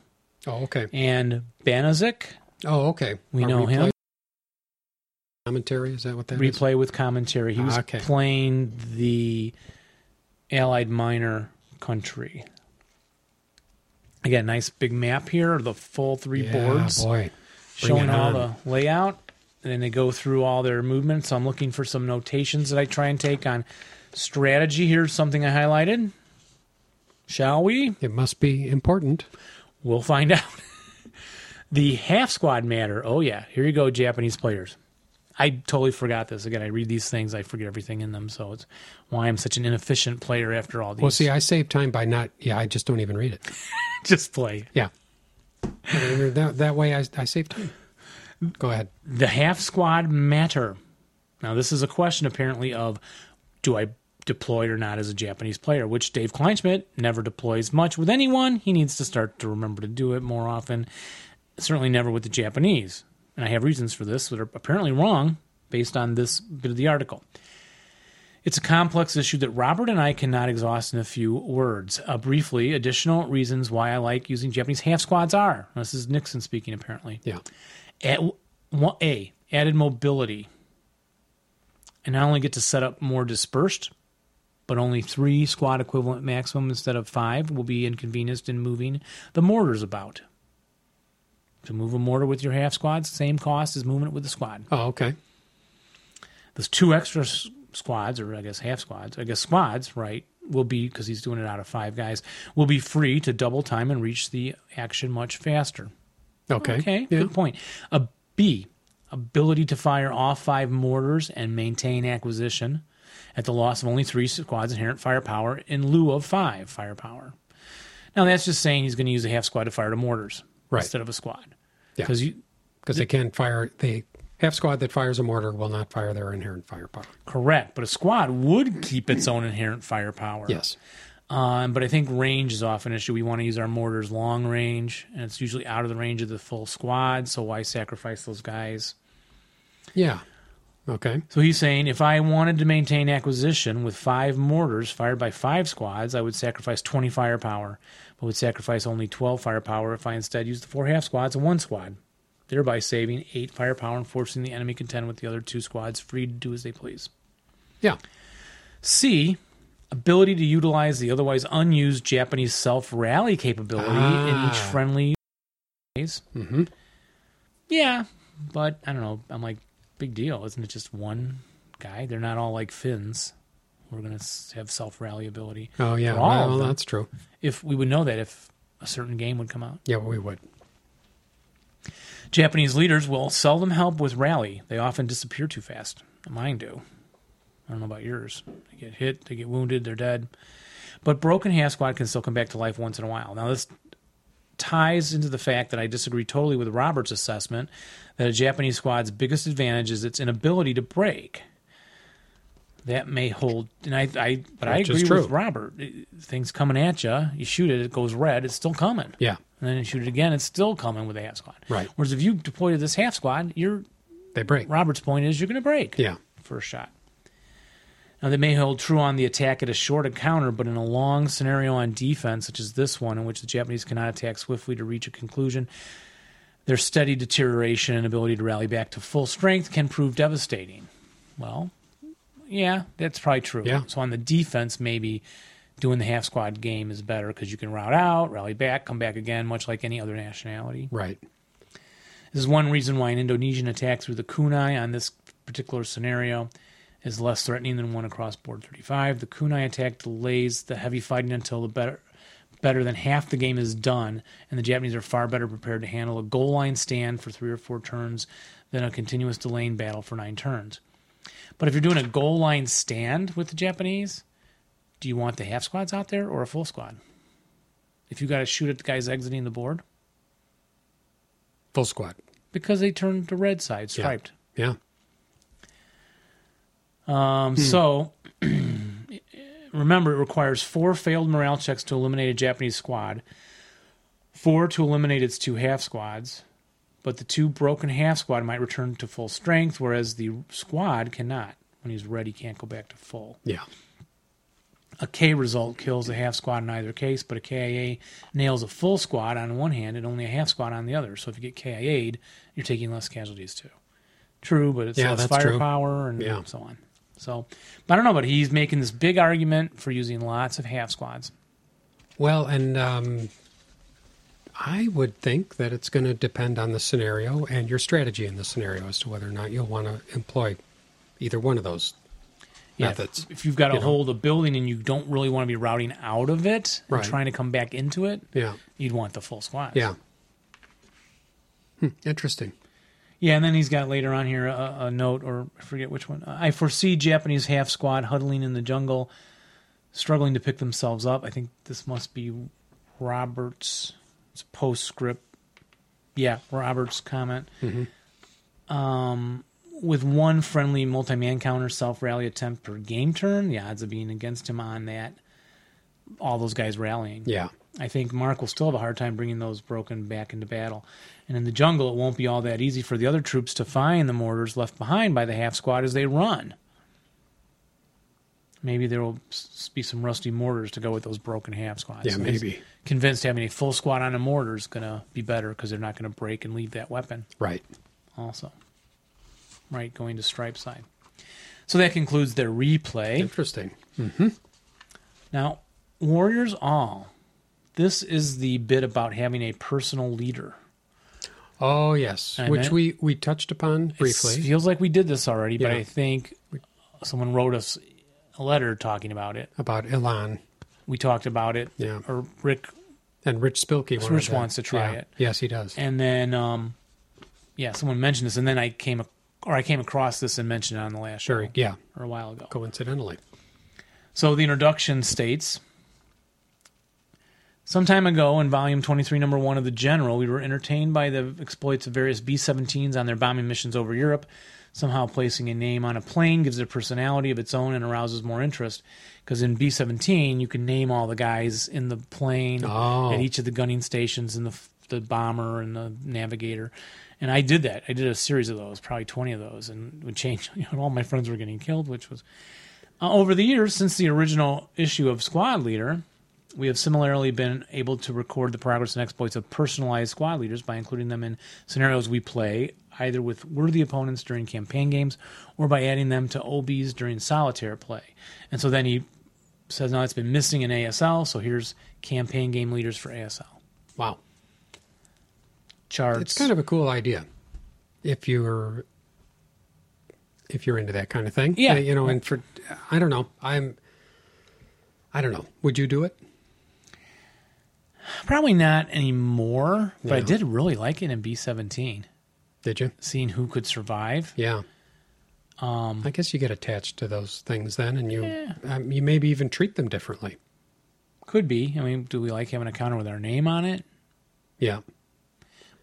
[SPEAKER 2] Oh, okay.
[SPEAKER 1] and Banizek.
[SPEAKER 2] Oh, okay.
[SPEAKER 1] We
[SPEAKER 2] A
[SPEAKER 1] know
[SPEAKER 2] replay
[SPEAKER 1] him.
[SPEAKER 2] Commentary. Is that what that is?
[SPEAKER 1] replay with commentary. He was
[SPEAKER 2] Ah, okay.
[SPEAKER 1] playing the Allied minor country. Again, nice big map here, the full three
[SPEAKER 2] Yeah,
[SPEAKER 1] boards
[SPEAKER 2] boy. bring
[SPEAKER 1] showing
[SPEAKER 2] it
[SPEAKER 1] all
[SPEAKER 2] on.
[SPEAKER 1] the layout. And then they go through all their movements. I'm looking for some notations that I try and take on strategy. Here's something I highlighted. Shall we?
[SPEAKER 2] It must be important.
[SPEAKER 1] We'll find out. the half squad matter. Oh yeah, here you go, Japanese players. I totally forgot this. Again, I read these things, I forget everything in them, so it's why I'm such an inefficient player after all these.
[SPEAKER 2] Well, see, I save time by not. Yeah, I just don't even read it.
[SPEAKER 1] just play
[SPEAKER 2] Yeah. I mean, that, that way I, I save time. Go ahead.
[SPEAKER 1] the half squad matter. Now, this is a question apparently of do I deploy or not as a Japanese player, which Dave Kleinschmidt never deploys much with anyone. He needs to start to remember to do it more often. Certainly never with the Japanese. And I have reasons for this that are apparently wrong based on this bit of the article. It's a complex issue that Robert and I cannot exhaust in a few words. Uh, briefly, additional reasons why I like using Japanese half squads are. This is Nixon speaking, apparently
[SPEAKER 2] Yeah.
[SPEAKER 1] at one- a added mobility and not only get to set up more dispersed but only three squad equivalent maximum instead of five will be inconvenienced in moving the mortars about To move a mortar with your half squad, same cost as moving it with the squad.
[SPEAKER 2] Oh, okay.
[SPEAKER 1] Those two extra s- squads, or I guess half squads, I guess squads, right, will be, because he's doing it out of five guys, will be free to double time and reach the action much faster.
[SPEAKER 2] Okay.
[SPEAKER 1] Okay,
[SPEAKER 2] Yeah.
[SPEAKER 1] good point. A B, ability to fire all five mortars and maintain acquisition at the loss of only three squads' inherent firepower in lieu of five firepower. Now, that's just saying he's going to use a half squad to fire the mortars
[SPEAKER 2] Right.
[SPEAKER 1] instead of a squad.
[SPEAKER 2] Yeah.
[SPEAKER 1] Because you,
[SPEAKER 2] Because they can fire the half squad that fires a mortar will not fire their inherent firepower.
[SPEAKER 1] correct, but a squad would keep its own inherent firepower.
[SPEAKER 2] Yes.
[SPEAKER 1] Um, but I think range is often an issue. We want to use our mortars long range, and it's usually out of the range of the full squad. So why sacrifice those guys?
[SPEAKER 2] Yeah. Okay.
[SPEAKER 1] So he's saying if I wanted to maintain acquisition with five mortars fired by five squads, I would sacrifice 20 firepower, but would sacrifice only 12 firepower if I instead used the four half squads and one squad, thereby saving eight firepower and forcing the enemy contend with the other two squads free to do as they please.
[SPEAKER 2] Yeah.
[SPEAKER 1] C. Ability to utilize the otherwise unused Japanese self rally capability in each
[SPEAKER 2] Ah.
[SPEAKER 1] friendly phase.
[SPEAKER 2] Mm-hmm.
[SPEAKER 1] Yeah, but I don't know. I'm like, big deal, isn't it? Just one guy. They're not all like Finns. We're gonna s- have self rally ability.
[SPEAKER 2] Oh, yeah.
[SPEAKER 1] For all of
[SPEAKER 2] well,
[SPEAKER 1] them.
[SPEAKER 2] that's true.
[SPEAKER 1] If we would know that if a certain game would come out,
[SPEAKER 2] Yeah, we would.
[SPEAKER 1] Japanese leaders will seldom help with rally. They often disappear too fast. Mine do. I don't know about yours. They get hit. They get wounded. They're dead. But broken half squad can still come back to life once in a while. Now this ties into the fact that I disagree totally with Robert's assessment that a Japanese squad's biggest advantage is its inability to break. That may hold, and I, I but I
[SPEAKER 2] Which
[SPEAKER 1] agree
[SPEAKER 2] is
[SPEAKER 1] with
[SPEAKER 2] true.
[SPEAKER 1] Robert. It- Things coming at you, you shoot it, it goes red, it's still coming.
[SPEAKER 2] Yeah.
[SPEAKER 1] And then you shoot it again, it's still coming with a half squad.
[SPEAKER 2] Right.
[SPEAKER 1] Whereas if you deploy to this half squad, your
[SPEAKER 2] They break.
[SPEAKER 1] Robert's point is you're going to break
[SPEAKER 2] Yeah.
[SPEAKER 1] first shot. Now, they may hold true on the attack at a short encounter, but in a long scenario on defense, such as this one, in which the Japanese cannot attack swiftly to reach a conclusion, their steady deterioration and ability to rally back to full strength can prove devastating. Well, yeah, that's probably true.
[SPEAKER 2] Yeah.
[SPEAKER 1] So on the defense, maybe doing the half squad game is better because you can route out, rally back, come back again, much like any other nationality.
[SPEAKER 2] Right.
[SPEAKER 1] This is one reason why an Indonesian attack through the kunai on this particular scenario is less threatening than one across board 35. The kunai attack delays the heavy fighting until the better better than half the game is done and the Japanese are far better prepared to handle a goal line stand for 3 or 4 turns than a continuous delaying battle for 9 turns. But if you're doing a goal line stand with the Japanese, do you want the half squads out there or a full squad? If you got to shoot at the guys exiting the board,
[SPEAKER 2] Full squad.
[SPEAKER 1] because they turned to red side striped.
[SPEAKER 2] Yeah.
[SPEAKER 1] Um, So remember, it requires four failed morale checks to eliminate a Japanese squad, four to eliminate its two half squads, but the two broken half squad might return to full strength, whereas the squad cannot. When he's red, he can't go back to full.
[SPEAKER 2] Yeah.
[SPEAKER 1] A K result kills a half squad in either case, but a KIA nails a full squad on one hand and only a half squad on the other. So if you get KIA'd, you're taking less casualties too. True, but it's
[SPEAKER 2] Yeah,
[SPEAKER 1] less
[SPEAKER 2] that's true.
[SPEAKER 1] firepower and
[SPEAKER 2] Yeah.
[SPEAKER 1] so on. So, but I don't know, but he's making this big argument for using lots of half squads.
[SPEAKER 2] Well, and um, I would think that it's going to depend on the scenario and your strategy in the scenario as to whether or not you'll want to employ either one of those
[SPEAKER 1] Yeah,
[SPEAKER 2] methods.
[SPEAKER 1] If you've got to
[SPEAKER 2] you know.
[SPEAKER 1] hold a building and you don't really want to be routing out of it and
[SPEAKER 2] Right.
[SPEAKER 1] trying to come back into it,
[SPEAKER 2] Yeah.
[SPEAKER 1] you'd want the full squad.
[SPEAKER 2] Yeah. Hmm, interesting.
[SPEAKER 1] Yeah, and then he's got later on here a, a note, or I forget which one. I foresee Japanese half squad huddling in the jungle, struggling to pick themselves up. I think this must be Robert's it's a postscript. Yeah, Robert's comment. Um, with one friendly multi man counter self rally attempt per game turn, the odds of being against him on that, all those guys rallying.
[SPEAKER 2] Yeah.
[SPEAKER 1] I think Mark will still have a hard time bringing those broken back into battle. And in the jungle, it won't be all that easy for the other troops to find the mortars left behind by the half squad as they run. Maybe there will s- be some rusty mortars to go with those broken half squads.
[SPEAKER 2] Yeah,
[SPEAKER 1] So he's
[SPEAKER 2] maybe.
[SPEAKER 1] Convinced having a full squad on a mortar is going to be better because they're not going to break and leave that weapon
[SPEAKER 2] Right.
[SPEAKER 1] also. Right, going to stripe side. So that concludes their replay.
[SPEAKER 2] Interesting.
[SPEAKER 1] Now, Warriors All, this is the bit about having a personal leader.
[SPEAKER 2] Oh yes,
[SPEAKER 1] And
[SPEAKER 2] which
[SPEAKER 1] it-
[SPEAKER 2] we we touched upon briefly.
[SPEAKER 1] It feels like we did this already, but
[SPEAKER 2] Yeah.
[SPEAKER 1] I think someone wrote us a letter talking about it.
[SPEAKER 2] about Elon
[SPEAKER 1] We talked about it.
[SPEAKER 2] Yeah.
[SPEAKER 1] Or Rick,
[SPEAKER 2] and Rich Spilkey. wanted
[SPEAKER 1] Rich wants to try
[SPEAKER 2] yeah.
[SPEAKER 1] it.
[SPEAKER 2] Yes, he does.
[SPEAKER 1] and then um, yeah, someone mentioned this, and then I came ac- or I came across this and mentioned it on the last show
[SPEAKER 2] Very yeah.
[SPEAKER 1] or a while ago.
[SPEAKER 2] Coincidentally,
[SPEAKER 1] So the introduction states Some time ago, in volume 23, number one of The General, we were entertained by the exploits of various B 17s on their bombing missions over Europe. Somehow placing a name on a plane gives it a personality of its own and arouses more interest. Because in B 17, you can name all the guys in the plane
[SPEAKER 2] Oh.
[SPEAKER 1] at each of the gunning stations and the, f- the bomber and the navigator. And I did that. I did a series of those, probably 20 of those, and would change. You know, all my friends were getting killed, which was uh, over the years, since the original issue of Squad Leader, we have similarly been able to record the progress and exploits of personalized squad leaders by including them in scenarios we play, either with worthy opponents during campaign games or by adding them to OBs during solitaire play. And so then he says, now it's been missing in ASL, so here's campaign game leaders for ASL.
[SPEAKER 2] wow,
[SPEAKER 1] Charts.
[SPEAKER 2] it's kind of a cool idea. If you're if you're into that kind of thing,
[SPEAKER 1] Yeah.
[SPEAKER 2] Uh, you know, and for I don't know, I'm I don't know. Would you do it?
[SPEAKER 1] Probably not anymore, but I
[SPEAKER 2] Yeah.
[SPEAKER 1] did really like it in B17,
[SPEAKER 2] Did you?
[SPEAKER 1] seeing who could survive.
[SPEAKER 2] Yeah. Um, I guess you get attached to those things then, and you
[SPEAKER 1] Yeah.
[SPEAKER 2] um, you maybe even treat them differently.
[SPEAKER 1] Could be. I mean, do we like having a counter with our name on it?
[SPEAKER 2] Yeah.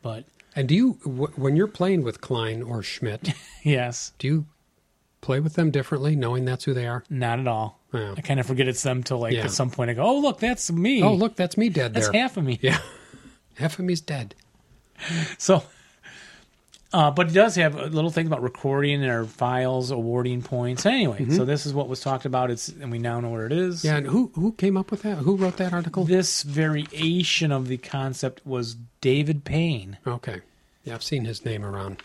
[SPEAKER 1] But
[SPEAKER 2] And do you wh- when you're playing with Klein or Schmidt,
[SPEAKER 1] yes,
[SPEAKER 2] do you play with them differently, knowing that's who they are?
[SPEAKER 1] not at all.
[SPEAKER 2] Yeah.
[SPEAKER 1] I kind of forget it's them till like
[SPEAKER 2] Yeah.
[SPEAKER 1] at some point I go, oh look, that's me.
[SPEAKER 2] Oh, look, that's me dead
[SPEAKER 1] that's
[SPEAKER 2] there.
[SPEAKER 1] half of me.
[SPEAKER 2] Yeah, half of me's dead.
[SPEAKER 1] So, uh, but it does have a little thing about recording our files, awarding points. Anyway, so this is what was talked about. It's and we now know where it is.
[SPEAKER 2] Mm-hmm. Yeah, and who who came up with that? Who wrote that article?
[SPEAKER 1] This variation of the concept was David Payne,
[SPEAKER 2] Okay, yeah, I've seen his name around.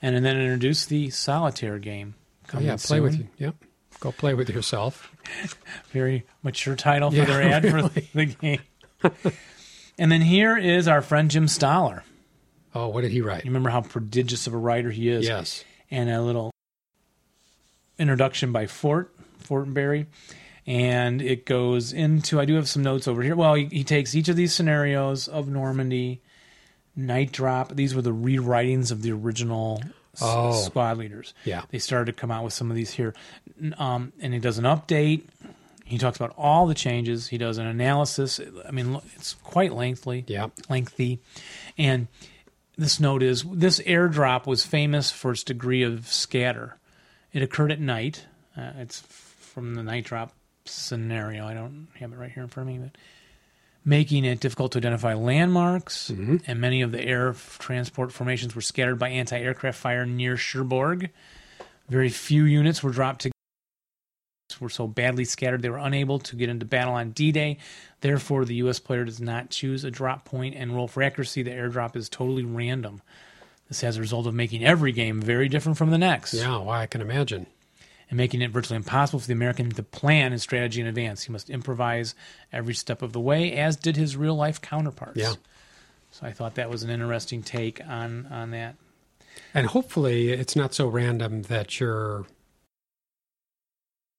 [SPEAKER 1] and then introduced the solitaire game.
[SPEAKER 2] Oh,
[SPEAKER 1] Coming
[SPEAKER 2] yeah, play with
[SPEAKER 1] soon.
[SPEAKER 2] you. Yep, go play with yourself.
[SPEAKER 1] very mature title for
[SPEAKER 2] Yeah,
[SPEAKER 1] their ad for
[SPEAKER 2] really.
[SPEAKER 1] the game. and then here is our friend Jim Stoller.
[SPEAKER 2] Oh, what did he write?
[SPEAKER 1] You remember how prodigious of a writer he is.
[SPEAKER 2] Yes.
[SPEAKER 1] And a little introduction by Fort Fortenberry. And it goes into I do have some notes over here. Well, he, he takes each of these scenarios of Normandy, Night Drop. These were the rewritings of the original s-
[SPEAKER 2] Oh.
[SPEAKER 1] squad leaders
[SPEAKER 2] Yeah.
[SPEAKER 1] they started to come out with some of these here. N- Um, and he does an update. He talks about all the changes. He does an analysis. I mean, lo- it's quite lengthy.
[SPEAKER 2] Yeah.
[SPEAKER 1] Lengthy. And this note is this airdrop was famous for its degree of scatter. It occurred at night. Uh, it's f- from the night drop scenario. I don't have it right here in front of me, but making it difficult to identify landmarks. And many of the air f- transport formations were scattered by anti aircraft fire near Cherbourg. Very few units were dropped to were so badly scattered they were unable to get into battle on D-Day. Therefore, the U.S. player does not choose a drop point and roll for accuracy. The airdrop is totally random. This has a result of making every game very different from the next
[SPEAKER 2] Yeah, well, I can imagine.
[SPEAKER 1] and making it virtually impossible for the American to plan his strategy in advance. He must improvise every step of the way, as did his real life counterparts.
[SPEAKER 2] Yeah.
[SPEAKER 1] So I thought that was an interesting take on on that.
[SPEAKER 2] And hopefully, it's not so random that you're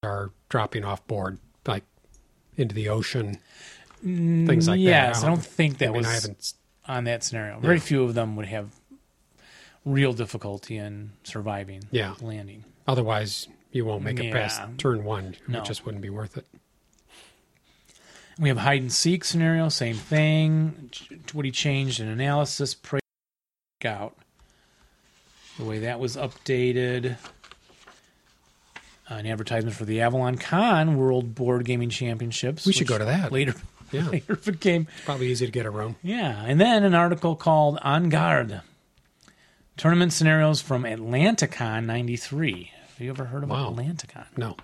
[SPEAKER 2] are dropping off board like into the ocean, things like that.
[SPEAKER 1] yes, I don't think that
[SPEAKER 2] I mean, I
[SPEAKER 1] was
[SPEAKER 2] haven't. s-
[SPEAKER 1] on that scenario. Very few of them would have real difficulty in surviving
[SPEAKER 2] Yeah.
[SPEAKER 1] landing.
[SPEAKER 2] Otherwise, you won't make it past
[SPEAKER 1] Yeah.
[SPEAKER 2] turn one.
[SPEAKER 1] No.
[SPEAKER 2] It just wouldn't be worth it.
[SPEAKER 1] We have hide and seek scenario, same thing. Ch- What he changed in analysis, pray out. The way that was updated. An advertisement for the Avalon Con World Board Gaming Championships.
[SPEAKER 2] We should
[SPEAKER 1] which
[SPEAKER 2] go to that.
[SPEAKER 1] later.
[SPEAKER 2] Yeah.
[SPEAKER 1] later became
[SPEAKER 2] Probably easy to get a room.
[SPEAKER 1] yeah, and then an article called "On Guard: Tournament Scenarios from Atlanticon '93." Have you ever heard of
[SPEAKER 2] Wow.
[SPEAKER 1] Atlanticon?
[SPEAKER 2] No,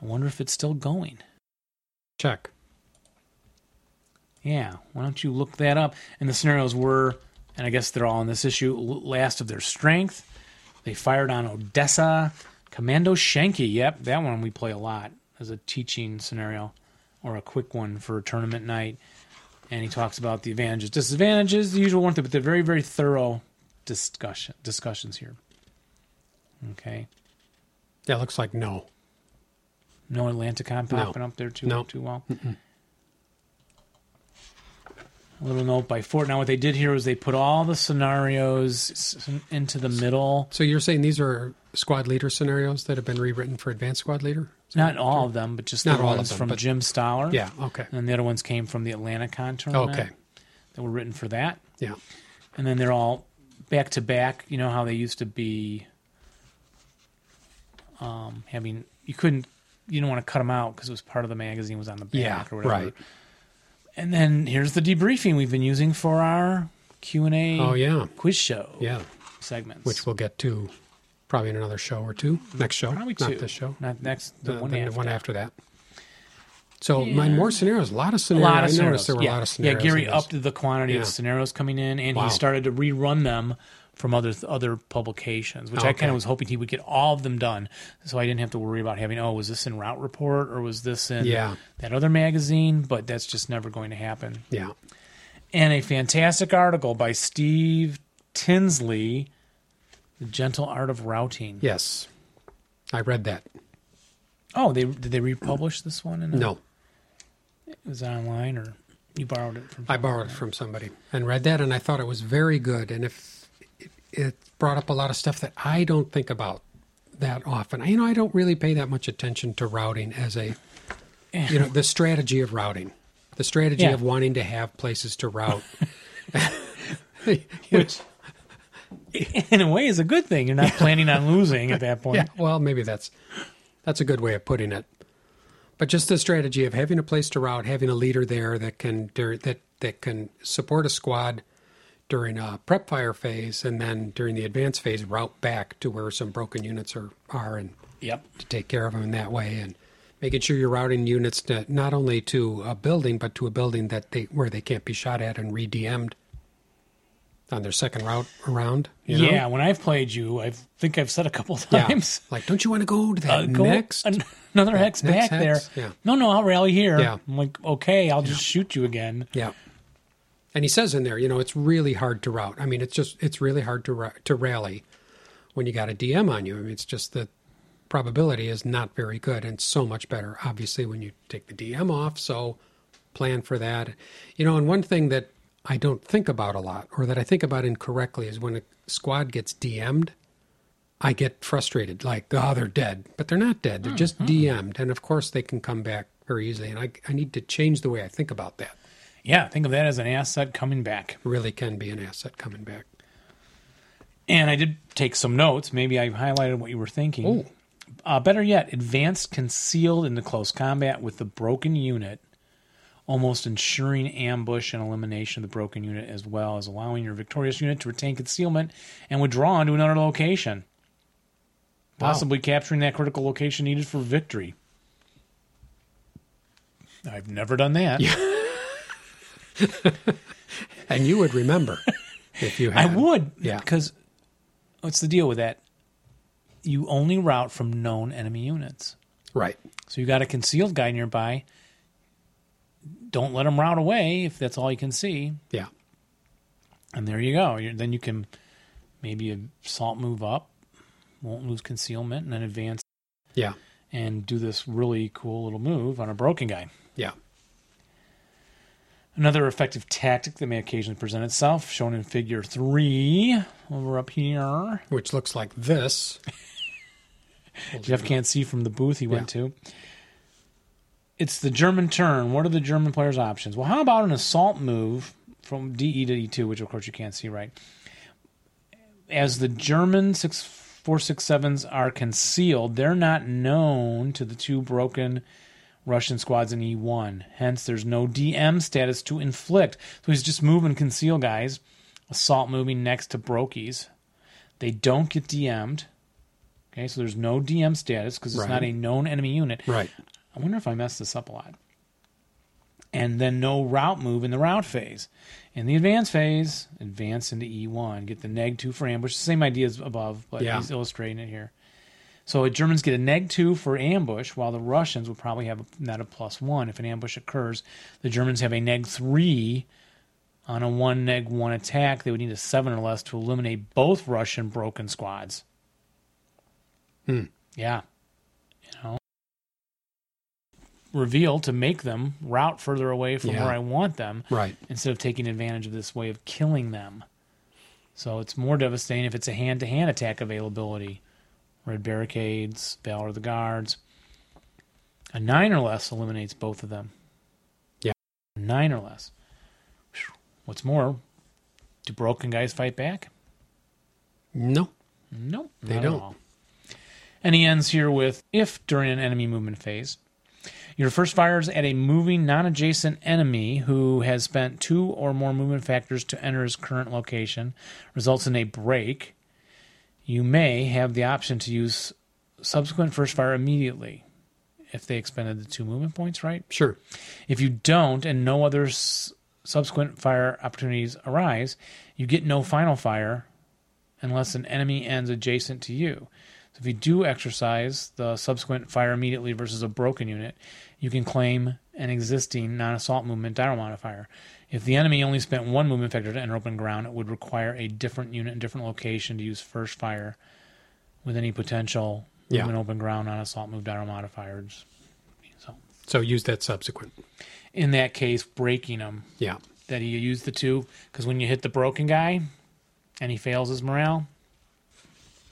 [SPEAKER 1] I wonder if it's still going.
[SPEAKER 2] check.
[SPEAKER 1] Yeah, why don't you look that up? And the scenarios were, and I guess they're all in this issue, l- last of their strength. They fired on Odessa, Commando Shanky. Yep, that one we play a lot as a teaching scenario or a quick one for a tournament night. and he talks about the advantages, disadvantages, the usual one thing, but they're very, very thorough discussion discussions here. Okay,
[SPEAKER 2] That looks like no.
[SPEAKER 1] no Atlanticon
[SPEAKER 2] No.
[SPEAKER 1] popping up there too
[SPEAKER 2] No.
[SPEAKER 1] too well. A little note by Fort. Now, what they did here was they put all the scenarios s- into the middle.
[SPEAKER 2] So you're saying these are squad leader scenarios that have been rewritten for advanced squad leader?
[SPEAKER 1] Not all of them, but just
[SPEAKER 2] Not
[SPEAKER 1] the
[SPEAKER 2] all of
[SPEAKER 1] ones
[SPEAKER 2] them,
[SPEAKER 1] from
[SPEAKER 2] but-
[SPEAKER 1] Jim Stoller.
[SPEAKER 2] Yeah. Okay.
[SPEAKER 1] And the other ones came from the Atlanticon tournament.
[SPEAKER 2] Okay.
[SPEAKER 1] That were written for that.
[SPEAKER 2] Yeah.
[SPEAKER 1] and then they're all back to back. You know how they used to be um, having you couldn't you didn't want to cut them out because it was part of the magazine was on the back
[SPEAKER 2] Yeah.
[SPEAKER 1] or whatever.
[SPEAKER 2] Right.
[SPEAKER 1] And then here's the debriefing we've been using for our Q and A.
[SPEAKER 2] Oh yeah.
[SPEAKER 1] quiz show
[SPEAKER 2] Yeah.
[SPEAKER 1] segments.
[SPEAKER 2] Which we'll get to probably in another show or two.
[SPEAKER 1] Mm-hmm.
[SPEAKER 2] Next show.
[SPEAKER 1] probably two.
[SPEAKER 2] Not this show.
[SPEAKER 1] Not next. The,
[SPEAKER 2] the,
[SPEAKER 1] one,
[SPEAKER 2] the
[SPEAKER 1] after.
[SPEAKER 2] one after that. So my more scenarios, a lot of
[SPEAKER 1] A
[SPEAKER 2] scenarios.
[SPEAKER 1] lot of
[SPEAKER 2] I
[SPEAKER 1] scenarios.
[SPEAKER 2] noticed there were
[SPEAKER 1] yeah.
[SPEAKER 2] a lot of scenarios.
[SPEAKER 1] Yeah,
[SPEAKER 2] in
[SPEAKER 1] Gary
[SPEAKER 2] this.
[SPEAKER 1] upped the quantity
[SPEAKER 2] Yeah.
[SPEAKER 1] of scenarios coming in, and
[SPEAKER 2] Wow.
[SPEAKER 1] he started to rerun them from other other publications, which I
[SPEAKER 2] Okay.
[SPEAKER 1] kind of was hoping he would get all of them done, so I didn't have to worry about having oh was this in Route Report or was this in
[SPEAKER 2] Yeah.
[SPEAKER 1] that other magazine, but that's just never going to happen.
[SPEAKER 2] Yeah.
[SPEAKER 1] And a fantastic article by Steve Tinsley, "The Gentle Art of Routing."
[SPEAKER 2] Yes. I read that.
[SPEAKER 1] Oh, they did they republish this one? And
[SPEAKER 2] No,
[SPEAKER 1] it was online or you borrowed it from?
[SPEAKER 2] I borrowed it from somebody and read that, and I thought it was very good. And if it, it brought up a lot of stuff that I don't think about that often. You know, I don't really pay that much attention to routing as a, you know, the strategy of routing, the strategy
[SPEAKER 1] Yeah.
[SPEAKER 2] of wanting to have places to route.
[SPEAKER 1] which in a way is a good thing. You're not planning on losing at that point.
[SPEAKER 2] Yeah, well, maybe that's that's a good way of putting it. But just the strategy of having a place to route, having a leader there that can dur- that that can support a squad during a prep fire phase, and then during the advance phase, route back to where some broken units are are, and
[SPEAKER 1] Yep.
[SPEAKER 2] to take care of them in that way, and making sure you're routing units to, not only to a building, but to a building that they where they can't be shot at and re DM'd on their second route around. You know?
[SPEAKER 1] Yeah. When I've played you, I think I've said a couple
[SPEAKER 2] Yeah.
[SPEAKER 1] times.
[SPEAKER 2] Like, don't you want to go to that
[SPEAKER 1] uh, go
[SPEAKER 2] next?
[SPEAKER 1] an- another hex
[SPEAKER 2] next
[SPEAKER 1] back
[SPEAKER 2] hex,
[SPEAKER 1] there.
[SPEAKER 2] yeah.
[SPEAKER 1] No, no, I'll rally here.
[SPEAKER 2] Yeah.
[SPEAKER 1] I'm like, okay, I'll just shoot you again.
[SPEAKER 2] Yeah. And he says in there, you know, it's really hard to route. I mean, it's just it's really hard to ra- to rally when you got a DM on you. I mean, it's just the probability is not very good and so much better obviously when you take the DM off, so plan for that. You know, and one thing that I don't think about a lot or that I think about incorrectly is when a squad gets DM'd, I get frustrated like, "Oh, they're dead." But they're not dead. They're just DM'd and of course they can come back very easily and I I need to change the way I think about that
[SPEAKER 1] Yeah. Think of that as an asset coming back.
[SPEAKER 2] really can be an asset coming back.
[SPEAKER 1] And I did take some notes. Maybe I highlighted what you were thinking.
[SPEAKER 2] Oh.
[SPEAKER 1] Uh, better yet, advanced concealed into close combat with the broken unit, almost ensuring ambush and elimination of the broken unit, as well as allowing your victorious unit to retain concealment and withdraw into another location,
[SPEAKER 2] Wow.
[SPEAKER 1] possibly capturing that critical location needed for victory. I've never done that.
[SPEAKER 2] And you would remember if you
[SPEAKER 1] I
[SPEAKER 2] had.
[SPEAKER 1] would.
[SPEAKER 2] Yeah.
[SPEAKER 1] Because what's the deal with that? You only route from known enemy units.
[SPEAKER 2] Right.
[SPEAKER 1] So you got a concealed guy nearby. Don't let him route away if that's all you can see.
[SPEAKER 2] Yeah.
[SPEAKER 1] And there you go. You're, then you can maybe a salt move up, won't lose concealment, and then advance
[SPEAKER 2] Yeah.
[SPEAKER 1] and do this really cool little move on a broken guy.
[SPEAKER 2] Yeah.
[SPEAKER 1] Another effective tactic that may occasionally present itself, shown in Figure Three over up here.
[SPEAKER 2] Which looks like this.
[SPEAKER 1] Jeff can't see from the booth he went to. It's the German turn. What are the German players' options? Well, how about an assault move from DE to E2, which of course you can't see right? As the German six four six sevens are concealed, they're not known to the two broken Russian squads in E1. Hence, there's no DM status to inflict. So he's just move and conceal guys. Assault moving next to Brokies. They don't get DM'd. Okay, so there's no DM status because it's
[SPEAKER 2] Right.
[SPEAKER 1] not a known enemy unit.
[SPEAKER 2] Right.
[SPEAKER 1] I wonder if I messed this up a lot. And then no route move in the route phase. In the advance phase, E advance into E1, get the neg two for ambush. Same idea as above, but
[SPEAKER 2] Yeah.
[SPEAKER 1] he's illustrating it here. So the Germans get a neg two for ambush, while the Russians will probably have a, not a plus one if an ambush occurs. The Germans have a neg three on a one neg one attack. They would need a seven or less to eliminate both Russian broken squads. Hmm. Yeah. You know. Reveal to make them route further away from
[SPEAKER 2] Yeah.
[SPEAKER 1] where I want them
[SPEAKER 2] Right.
[SPEAKER 1] instead of taking advantage of this way of killing them. So it's more devastating if it's a hand to hand attack availability. Red barricades, Valor of the Guards. A nine or less eliminates both of them.
[SPEAKER 2] Yeah.
[SPEAKER 1] Nine or less. Whew. What's more, do broken guys fight back?
[SPEAKER 2] No.
[SPEAKER 1] Nope.
[SPEAKER 2] They
[SPEAKER 1] not at
[SPEAKER 2] don't.
[SPEAKER 1] all. And he ends here with if during an enemy movement phase, your first fires at a moving non adjacent enemy who has spent two or more movement factors to enter his current location results in a break, you may have the option to use subsequent first fire immediately if they expended the two movement points, right?
[SPEAKER 2] Sure.
[SPEAKER 1] If you don't and no other s- subsequent fire opportunities arise, you get no final fire unless an enemy ends adjacent to you. So if you do exercise the subsequent fire immediately versus a broken unit, you can claim an existing non assault movement dire modifier. If the enemy only spent one movement factor to enter open ground, it would require a different unit and different location to use first fire with any potential
[SPEAKER 2] Yeah.
[SPEAKER 1] movement open ground non assault move dire modifiers. So
[SPEAKER 2] So use that subsequent.
[SPEAKER 1] in that case, breaking him
[SPEAKER 2] Yeah.
[SPEAKER 1] that he used the two because when you hit the broken guy and he fails his morale,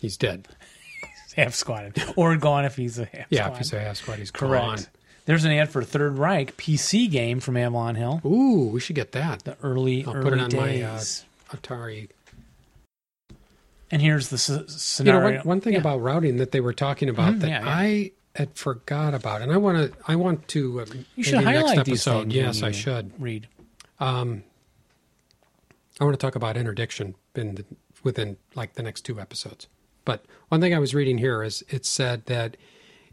[SPEAKER 2] He's dead.
[SPEAKER 1] he's half squatted or gone if he's a half
[SPEAKER 2] Yeah. If
[SPEAKER 1] squatted.
[SPEAKER 2] you say ask what he's
[SPEAKER 1] correct. There's an ad for Third Reich PC game from Avalon Hill.
[SPEAKER 2] gone. Ooh, we should get that.
[SPEAKER 1] The early
[SPEAKER 2] I'll
[SPEAKER 1] early
[SPEAKER 2] put it on my,
[SPEAKER 1] days.
[SPEAKER 2] uh, Atari.
[SPEAKER 1] and here's the s-
[SPEAKER 2] You know,
[SPEAKER 1] scenario.
[SPEAKER 2] one, one thing
[SPEAKER 1] Yeah.
[SPEAKER 2] about routing that they were talking about
[SPEAKER 1] Mhm,
[SPEAKER 2] that
[SPEAKER 1] yeah, yeah.
[SPEAKER 2] I had forgot about, and I want to, I want to. Uh,
[SPEAKER 1] you should
[SPEAKER 2] maybe
[SPEAKER 1] highlight
[SPEAKER 2] next
[SPEAKER 1] these
[SPEAKER 2] episode.
[SPEAKER 1] things. when
[SPEAKER 2] Yes, I
[SPEAKER 1] you
[SPEAKER 2] should.
[SPEAKER 1] read.
[SPEAKER 2] I want to talk about interdiction in the, within like the next two episodes. But one thing I was reading here is it said that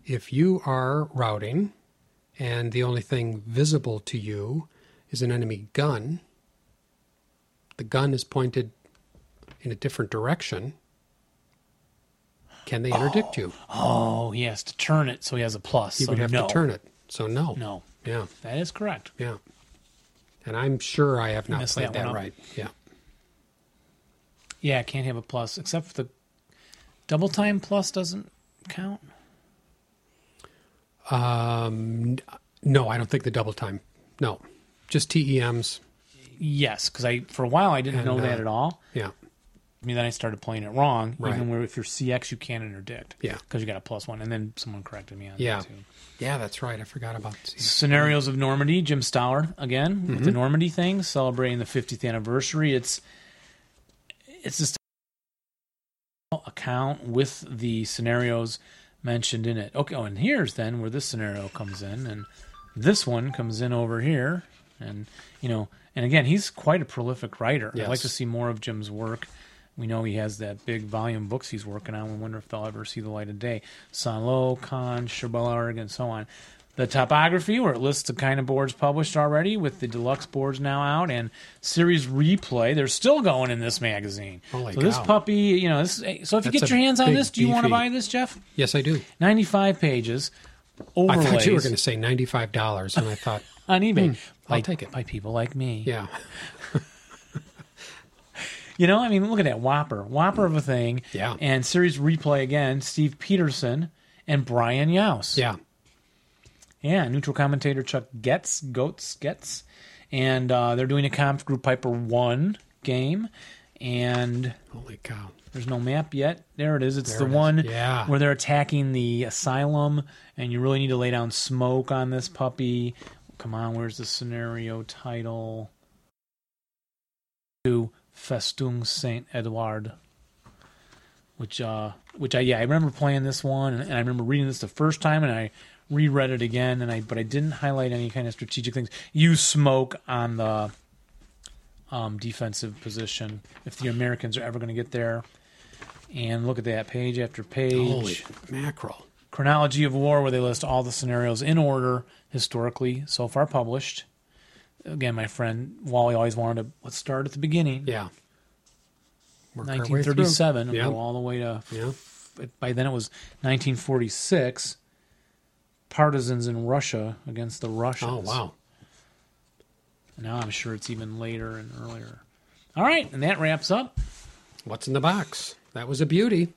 [SPEAKER 2] if you are routing and the only thing visible to you is an enemy gun, the gun is pointed in a different direction. Can they interdict you?
[SPEAKER 1] Oh, he has to turn it, so he has a plus.
[SPEAKER 2] You
[SPEAKER 1] so
[SPEAKER 2] would have
[SPEAKER 1] no.
[SPEAKER 2] to turn it. So no.
[SPEAKER 1] No,
[SPEAKER 2] Yeah.
[SPEAKER 1] that is correct.
[SPEAKER 2] Yeah. And I'm sure I have not
[SPEAKER 1] Messed
[SPEAKER 2] played
[SPEAKER 1] that
[SPEAKER 2] that,
[SPEAKER 1] one up.
[SPEAKER 2] right. Yeah.
[SPEAKER 1] Yeah, can't have a plus except for the double time plus doesn't count.
[SPEAKER 2] No, I don't think the double time. No. Just E TEMs.
[SPEAKER 1] Yes, because I for a while I didn't
[SPEAKER 2] And,
[SPEAKER 1] know
[SPEAKER 2] uh,
[SPEAKER 1] that at all.
[SPEAKER 2] Yeah.
[SPEAKER 1] I mean, then I started playing it wrong.
[SPEAKER 2] Right.
[SPEAKER 1] Even where if you're CX, you can't interdict.
[SPEAKER 2] Yeah.
[SPEAKER 1] because you got a plus one, and then someone corrected me on
[SPEAKER 2] Yeah.
[SPEAKER 1] that too.
[SPEAKER 2] Yeah, that's right. I forgot about E C.
[SPEAKER 1] Scenarios of Normandy, Jim Stoller again with
[SPEAKER 2] Mm-hmm.
[SPEAKER 1] the Normandy thing, celebrating the 50th anniversary. It's it's just account with the scenarios mentioned in it. Okay, oh, and here's then where this scenario comes in, and this one comes in over here, and you know, and again, he's quite a prolific writer. I'd like
[SPEAKER 2] Yes.
[SPEAKER 1] to see more of Jim's work. We know he has that big volume of books he's working on. We wonder if they'll ever see the light of day. Salo, Khan, Sherbelarg, and so on. The topography, where it lists the kind of boards published already, with the deluxe boards now out, and series replay. They're still going in this magazine.
[SPEAKER 2] Holy
[SPEAKER 1] so this
[SPEAKER 2] cow.
[SPEAKER 1] puppy, you know, this. eh, So if you
[SPEAKER 2] That's
[SPEAKER 1] get
[SPEAKER 2] a
[SPEAKER 1] your hands on
[SPEAKER 2] big,
[SPEAKER 1] this, do you want to
[SPEAKER 2] beefy-
[SPEAKER 1] buy this, Jeff?
[SPEAKER 2] Yes, I do.
[SPEAKER 1] Ninety-five pages,
[SPEAKER 2] I
[SPEAKER 1] overlays
[SPEAKER 2] thought you were going to say ninety-five dollars, and I thought,
[SPEAKER 1] on eBay.
[SPEAKER 2] hmm, I'll
[SPEAKER 1] by,
[SPEAKER 2] take it.
[SPEAKER 1] by people like me.
[SPEAKER 2] yeah,
[SPEAKER 1] You know, I mean, look at that whopper, whopper of a thing.
[SPEAKER 2] Yeah.
[SPEAKER 1] And series replay again, Steve Peterson and Brian Youse.
[SPEAKER 2] yeah,
[SPEAKER 1] Yeah, neutral commentator Chuck Getz, Goats Getz, and uh, they're doing a comp group Piper One game, and
[SPEAKER 2] holy cow,
[SPEAKER 1] there's no map yet. There it is. It's
[SPEAKER 2] There
[SPEAKER 1] the
[SPEAKER 2] it is.
[SPEAKER 1] one
[SPEAKER 2] Yeah.
[SPEAKER 1] where they're attacking the asylum, and you really need to lay down smoke on this puppy. Come on, where's the scenario title? To Festung Saint Edouard, which uh, which I yeah I remember playing this one, and, and I remember reading this the first time, and I reread it again, and I but I didn't highlight any kind of strategic things. Use smoke on the um, defensive position if the Americans are ever going to get there. And look at that page after page
[SPEAKER 2] holy mackerel,
[SPEAKER 1] chronology of war where they list all the scenarios in order historically so far published again my friend wally always wanted to let's start at the beginning
[SPEAKER 2] yeah. Work our way through.
[SPEAKER 1] 1937 and
[SPEAKER 2] Yeah.
[SPEAKER 1] go all the way to
[SPEAKER 2] yeah,
[SPEAKER 1] by then it was 1946. Partisans in Russia against the Russians.
[SPEAKER 2] Oh wow.
[SPEAKER 1] Now I'm sure it's even later and earlier. All right, and that wraps up
[SPEAKER 2] What's in the box? That was a beauty.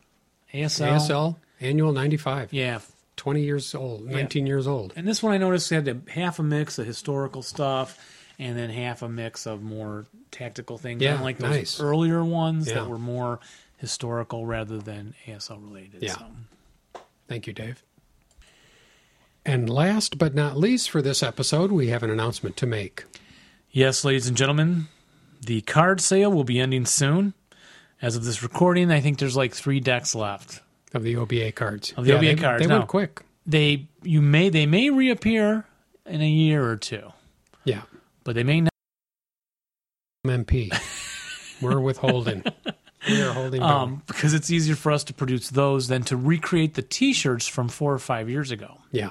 [SPEAKER 1] ASL.
[SPEAKER 2] ASL annual 95.
[SPEAKER 1] Yeah,
[SPEAKER 2] 20 years old, 19 years old.
[SPEAKER 1] and this one I noticed had a, half a mix of historical stuff and then half a mix of more tactical things.
[SPEAKER 2] Yeah,
[SPEAKER 1] unlike those
[SPEAKER 2] nice.
[SPEAKER 1] earlier ones
[SPEAKER 2] Yeah.
[SPEAKER 1] that were more historical rather than ASL related.
[SPEAKER 2] Yeah.
[SPEAKER 1] So.
[SPEAKER 2] Thank you, Dave. And last but not least for this episode, we have an announcement to make.
[SPEAKER 1] Yes, ladies and gentlemen, the card sale will be ending soon. As of this recording, I think there's like three decks left.
[SPEAKER 2] Of the OBA cards.
[SPEAKER 1] Of the OBA
[SPEAKER 2] they,
[SPEAKER 1] cards,
[SPEAKER 2] They
[SPEAKER 1] no.
[SPEAKER 2] went quick.
[SPEAKER 1] They you may they may reappear in a year or two,
[SPEAKER 2] Yeah.
[SPEAKER 1] but they may not.
[SPEAKER 2] MP. We're withholding. we are holding back.
[SPEAKER 1] um, because it's easier for us to produce those than to recreate the T-shirts from four or five years ago.
[SPEAKER 2] Yeah.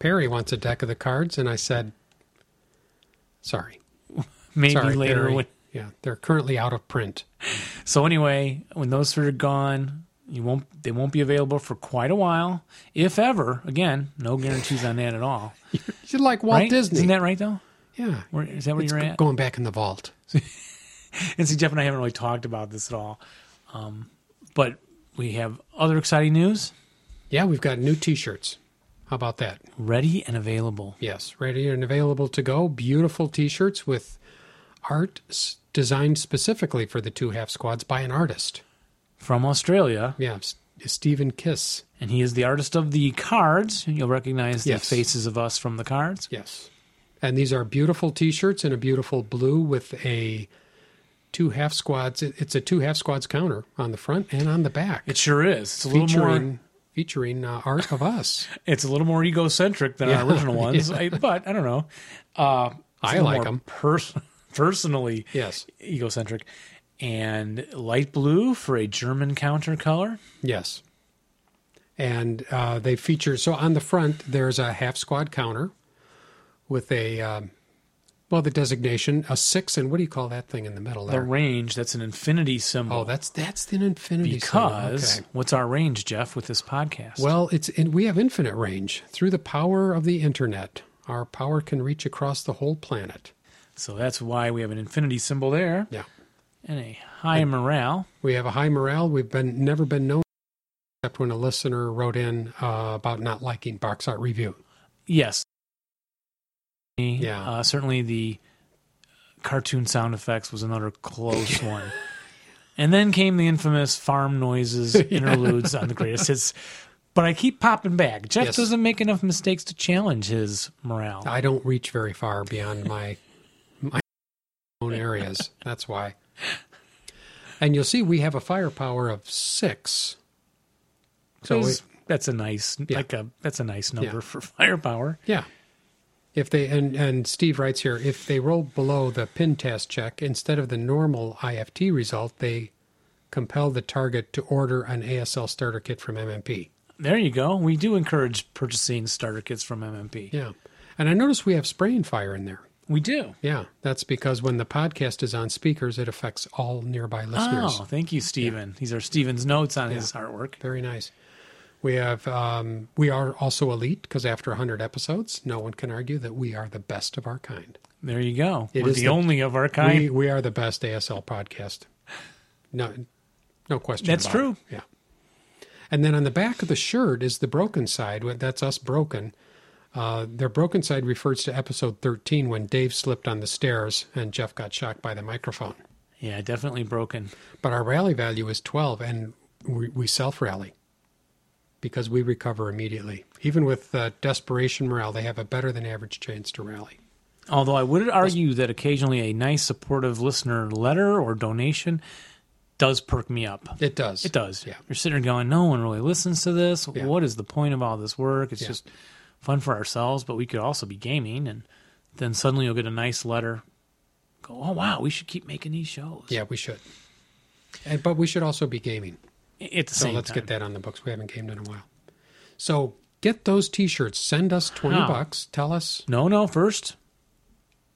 [SPEAKER 2] Perry wants a deck of the cards, and I said, sorry.
[SPEAKER 1] Maybe
[SPEAKER 2] sorry,
[SPEAKER 1] later.
[SPEAKER 2] Perry.
[SPEAKER 1] When,
[SPEAKER 2] Yeah, they're currently out of print.
[SPEAKER 1] so anyway, when those three are gone, you won't. They won't be available for quite a while, if ever. Again, no guarantees on that at all.
[SPEAKER 2] You're like Walt
[SPEAKER 1] right?
[SPEAKER 2] Disney.
[SPEAKER 1] Isn't that right though?
[SPEAKER 2] yeah.
[SPEAKER 1] Where, is that where
[SPEAKER 2] It's
[SPEAKER 1] you're
[SPEAKER 2] go-
[SPEAKER 1] at?
[SPEAKER 2] going back in the vault.
[SPEAKER 1] and see, Jeff and I haven't really talked about this at all. Um, but we have other exciting news
[SPEAKER 2] Yeah, we've got new T-shirts. How about that?
[SPEAKER 1] ready and available.
[SPEAKER 2] Yes, ready and available to go. Beautiful T-shirts with art s- designed specifically for the two half squads by an artist.
[SPEAKER 1] From Australia,
[SPEAKER 2] Yeah, S- Stephen Kiss.
[SPEAKER 1] and he is the artist of the cards. You'll recognize
[SPEAKER 2] Yes.
[SPEAKER 1] the faces of us from the cards.
[SPEAKER 2] Yes, and these are beautiful T-shirts in a beautiful blue with a two half squads. it- It's a two half squads counter on the front and on the back,
[SPEAKER 1] It sure is. It's a little
[SPEAKER 2] featuring
[SPEAKER 1] more.
[SPEAKER 2] featuring uh, art of us.
[SPEAKER 1] It's a little more egocentric than our
[SPEAKER 2] Yeah,
[SPEAKER 1] original ones, I, but I don't know. Uh, it's a
[SPEAKER 2] I
[SPEAKER 1] little
[SPEAKER 2] like
[SPEAKER 1] more
[SPEAKER 2] 'em.
[SPEAKER 1] pers- personally,
[SPEAKER 2] Yes,
[SPEAKER 1] egocentric, and light blue for a German counter color.
[SPEAKER 2] Yes. And uh, they feature so on the front there's a half squad counter with a um, well the designation a six and what do you call that thing in the middle
[SPEAKER 1] The
[SPEAKER 2] there?
[SPEAKER 1] range that's an infinity symbol.
[SPEAKER 2] oh, that's that's an infinity symbol.
[SPEAKER 1] because
[SPEAKER 2] Okay.
[SPEAKER 1] what's our range, Jeff, with this podcast?
[SPEAKER 2] well it's in, we have infinite range through the power of the internet. Our power can reach across the whole planet.
[SPEAKER 1] so that's why we have an infinity symbol there
[SPEAKER 2] Yeah,
[SPEAKER 1] and a high morale.
[SPEAKER 2] we have a high morale. We've been never been known except when a listener wrote in uh, about not liking box art review.
[SPEAKER 1] Yes.
[SPEAKER 2] Yeah.
[SPEAKER 1] Uh, certainly the cartoon sound effects was another close one. And then came the infamous farm noises interludes on the greatest hits. But I keep popping back. Jeff
[SPEAKER 2] Yes.
[SPEAKER 1] doesn't make enough mistakes to challenge his morale.
[SPEAKER 2] I don't reach very far beyond my my own areas. That's why. And you'll see we have a firepower of six. So we,
[SPEAKER 1] Please, that's a nice
[SPEAKER 2] Yeah.
[SPEAKER 1] like a that's a nice number for firepower.
[SPEAKER 2] yeah. If they and, and Steve writes here, if they roll below the pin test check instead of the normal IFT result, they compel the target to order an ASL starter kit from MMP.
[SPEAKER 1] There you go. We do encourage purchasing starter kits from MMP.
[SPEAKER 2] Yeah. And I notice we have spray and fire in there.
[SPEAKER 1] We do.
[SPEAKER 2] Yeah. That's because when the podcast is on speakers, it affects all nearby listeners.
[SPEAKER 1] Oh, thank you, Steven. These are Steven's notes on his artwork.
[SPEAKER 2] Very nice. We have um, we are also elite because after 100 episodes, no one can argue that we are the best of our kind.
[SPEAKER 1] There you go.
[SPEAKER 2] It
[SPEAKER 1] We're
[SPEAKER 2] is
[SPEAKER 1] the,
[SPEAKER 2] the-
[SPEAKER 1] only of our kind.
[SPEAKER 2] We we are the best ASL podcast. No, no question.
[SPEAKER 1] That's
[SPEAKER 2] about it.
[SPEAKER 1] true.
[SPEAKER 2] Yeah. And then on the back of the shirt is the broken side. when- That's us broken. Uh, their broken side refers to episode 13 when Dave slipped on the stairs and Jeff got shocked by the microphone.
[SPEAKER 1] yeah, definitely broken.
[SPEAKER 2] But our rally value is 12, and we, we self rally because we recover immediately. Even with uh, desperation morale, they have a better than average chance to rally.
[SPEAKER 1] Although I would argue that occasionally a nice supportive listener letter or donation does perk me up.
[SPEAKER 2] It does.
[SPEAKER 1] It does.
[SPEAKER 2] Yeah.
[SPEAKER 1] You're sitting there going, no one really listens to this.
[SPEAKER 2] Yeah.
[SPEAKER 1] What is the point of all this work? It's
[SPEAKER 2] Yeah.
[SPEAKER 1] just fun for ourselves, but we could also be gaming. And then suddenly you'll get a nice letter. Go, oh, wow, we should keep making these shows.
[SPEAKER 2] Yeah, we should. And, but we should also be gaming.
[SPEAKER 1] At the
[SPEAKER 2] So
[SPEAKER 1] same
[SPEAKER 2] let's
[SPEAKER 1] time.
[SPEAKER 2] get that on the books. We haven't gamed in a while. So get those t shirts. Send us 20
[SPEAKER 1] How?
[SPEAKER 2] bucks. Tell us,
[SPEAKER 1] No, no. First,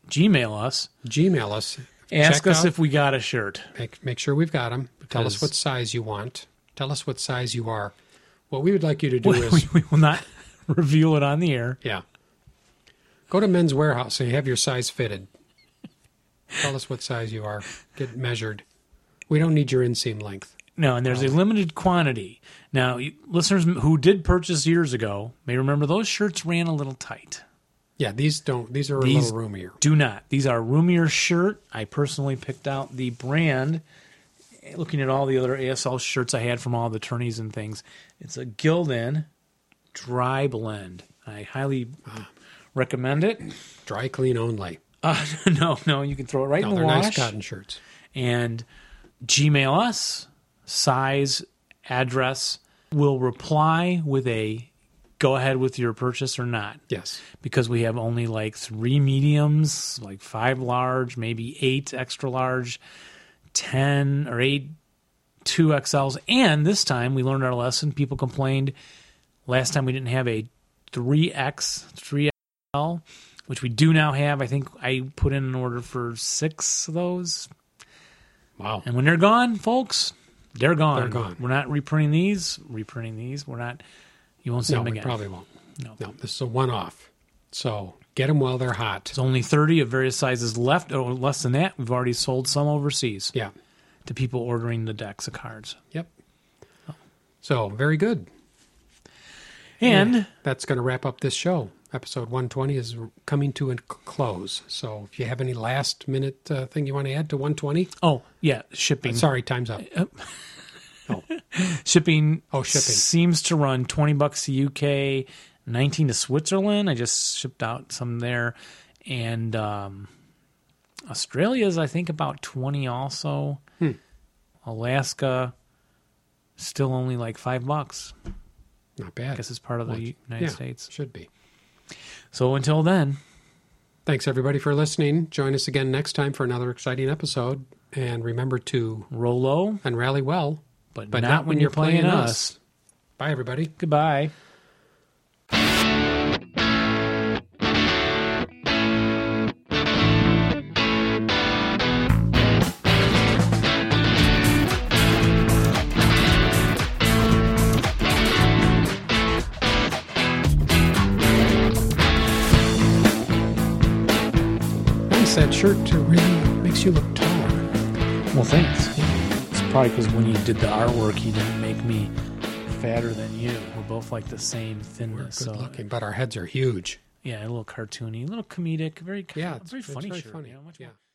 [SPEAKER 1] Gmail us.
[SPEAKER 2] Gmail us.
[SPEAKER 1] Ask
[SPEAKER 2] Check
[SPEAKER 1] us
[SPEAKER 2] out-
[SPEAKER 1] if we got a shirt.
[SPEAKER 2] Make, make sure we've got them. Tell us
[SPEAKER 1] Because-
[SPEAKER 2] what size you want. Tell us what size you are. What we would like you to do is
[SPEAKER 1] we will not reveal it on the air.
[SPEAKER 2] Yeah. Go to Men's Warehouse and have your size fitted. Tell us what size you are. Get measured. We don't need your inseam length.
[SPEAKER 1] No, and there's a limited quantity. Now, you- listeners who did purchase years ago may remember those shirts ran a little tight.
[SPEAKER 2] Yeah, these don't. These are a
[SPEAKER 1] These-
[SPEAKER 2] little roomier.
[SPEAKER 1] Do not. These are roomier shirt. I personally picked out the brand. Looking at all the other ASL shirts I had from all the attorneys and things, it's a Gildan dry blend. I highly recommend it.
[SPEAKER 2] Dry clean only.
[SPEAKER 1] Uh, no, no, you can throw it right
[SPEAKER 2] No,
[SPEAKER 1] in the
[SPEAKER 2] they're
[SPEAKER 1] wash
[SPEAKER 2] nice cotton shirts.
[SPEAKER 1] and Gmail us, size, address. We'll reply with a go ahead with your purchase or not
[SPEAKER 2] Yes.
[SPEAKER 1] because we have only like three mediums, like five large, maybe eight extra large, 10 or eight, two XLs. And this time we learned our lesson. People complained last time we didn't have a 3X, 3XL, which we do now have. I think I put in an order for six of those,
[SPEAKER 2] Wow.
[SPEAKER 1] and when they're gone, folks, they're gone.
[SPEAKER 2] They're gone.
[SPEAKER 1] We're not reprinting these. Reprinting these. We're not. You won't see
[SPEAKER 2] No,
[SPEAKER 1] them
[SPEAKER 2] we
[SPEAKER 1] again.
[SPEAKER 2] probably won't.
[SPEAKER 1] No.
[SPEAKER 2] No, this is a one-off. So get them while they're hot.
[SPEAKER 1] There's only 30 of various sizes left, or less than that. We've already sold some overseas
[SPEAKER 2] Yeah.
[SPEAKER 1] to people ordering the decks of cards.
[SPEAKER 2] Yep.
[SPEAKER 1] Oh.
[SPEAKER 2] So very good.
[SPEAKER 1] And
[SPEAKER 2] That's going to wrap up this show. Episode 120 is coming to a c- close. So if you have any last minute uh, thing you want to add to 120,
[SPEAKER 1] oh yeah, shipping. Oh.
[SPEAKER 2] sorry, time's up.
[SPEAKER 1] Shipping.
[SPEAKER 2] Oh, shipping.
[SPEAKER 1] seems to run 20 bucks to UK, 19 to Switzerland. I just shipped out some there, and um, Australia's I think about 20 also.
[SPEAKER 2] Hmm.
[SPEAKER 1] Alaska, still only like five bucks.
[SPEAKER 2] Not bad.
[SPEAKER 1] I guess it's part of the
[SPEAKER 2] Watch.
[SPEAKER 1] United
[SPEAKER 2] Yeah,
[SPEAKER 1] States.
[SPEAKER 2] Should be.
[SPEAKER 1] So until then,
[SPEAKER 2] Thanks everybody for listening. Join us again next time for another exciting episode. And remember to
[SPEAKER 1] roll low,
[SPEAKER 2] and rally well,
[SPEAKER 1] but,
[SPEAKER 2] but
[SPEAKER 1] not, when, you're playing, us.
[SPEAKER 2] us. Bye everybody.
[SPEAKER 1] Goodbye.
[SPEAKER 2] Nice that shirt too really makes you look taller.
[SPEAKER 1] Well, thanks. It's probably because when you did the artwork, you didn't make me fatter than you. We're both like the same
[SPEAKER 2] We're
[SPEAKER 1] thinness.
[SPEAKER 2] good
[SPEAKER 1] so
[SPEAKER 2] looking, but our heads are huge.
[SPEAKER 1] yeah, a little cartoony, a little comedic, very
[SPEAKER 2] Yeah,
[SPEAKER 1] very
[SPEAKER 2] it's
[SPEAKER 1] funny.
[SPEAKER 2] very
[SPEAKER 1] shirt,
[SPEAKER 2] funny.
[SPEAKER 1] you know, much
[SPEAKER 2] yeah.
[SPEAKER 1] more-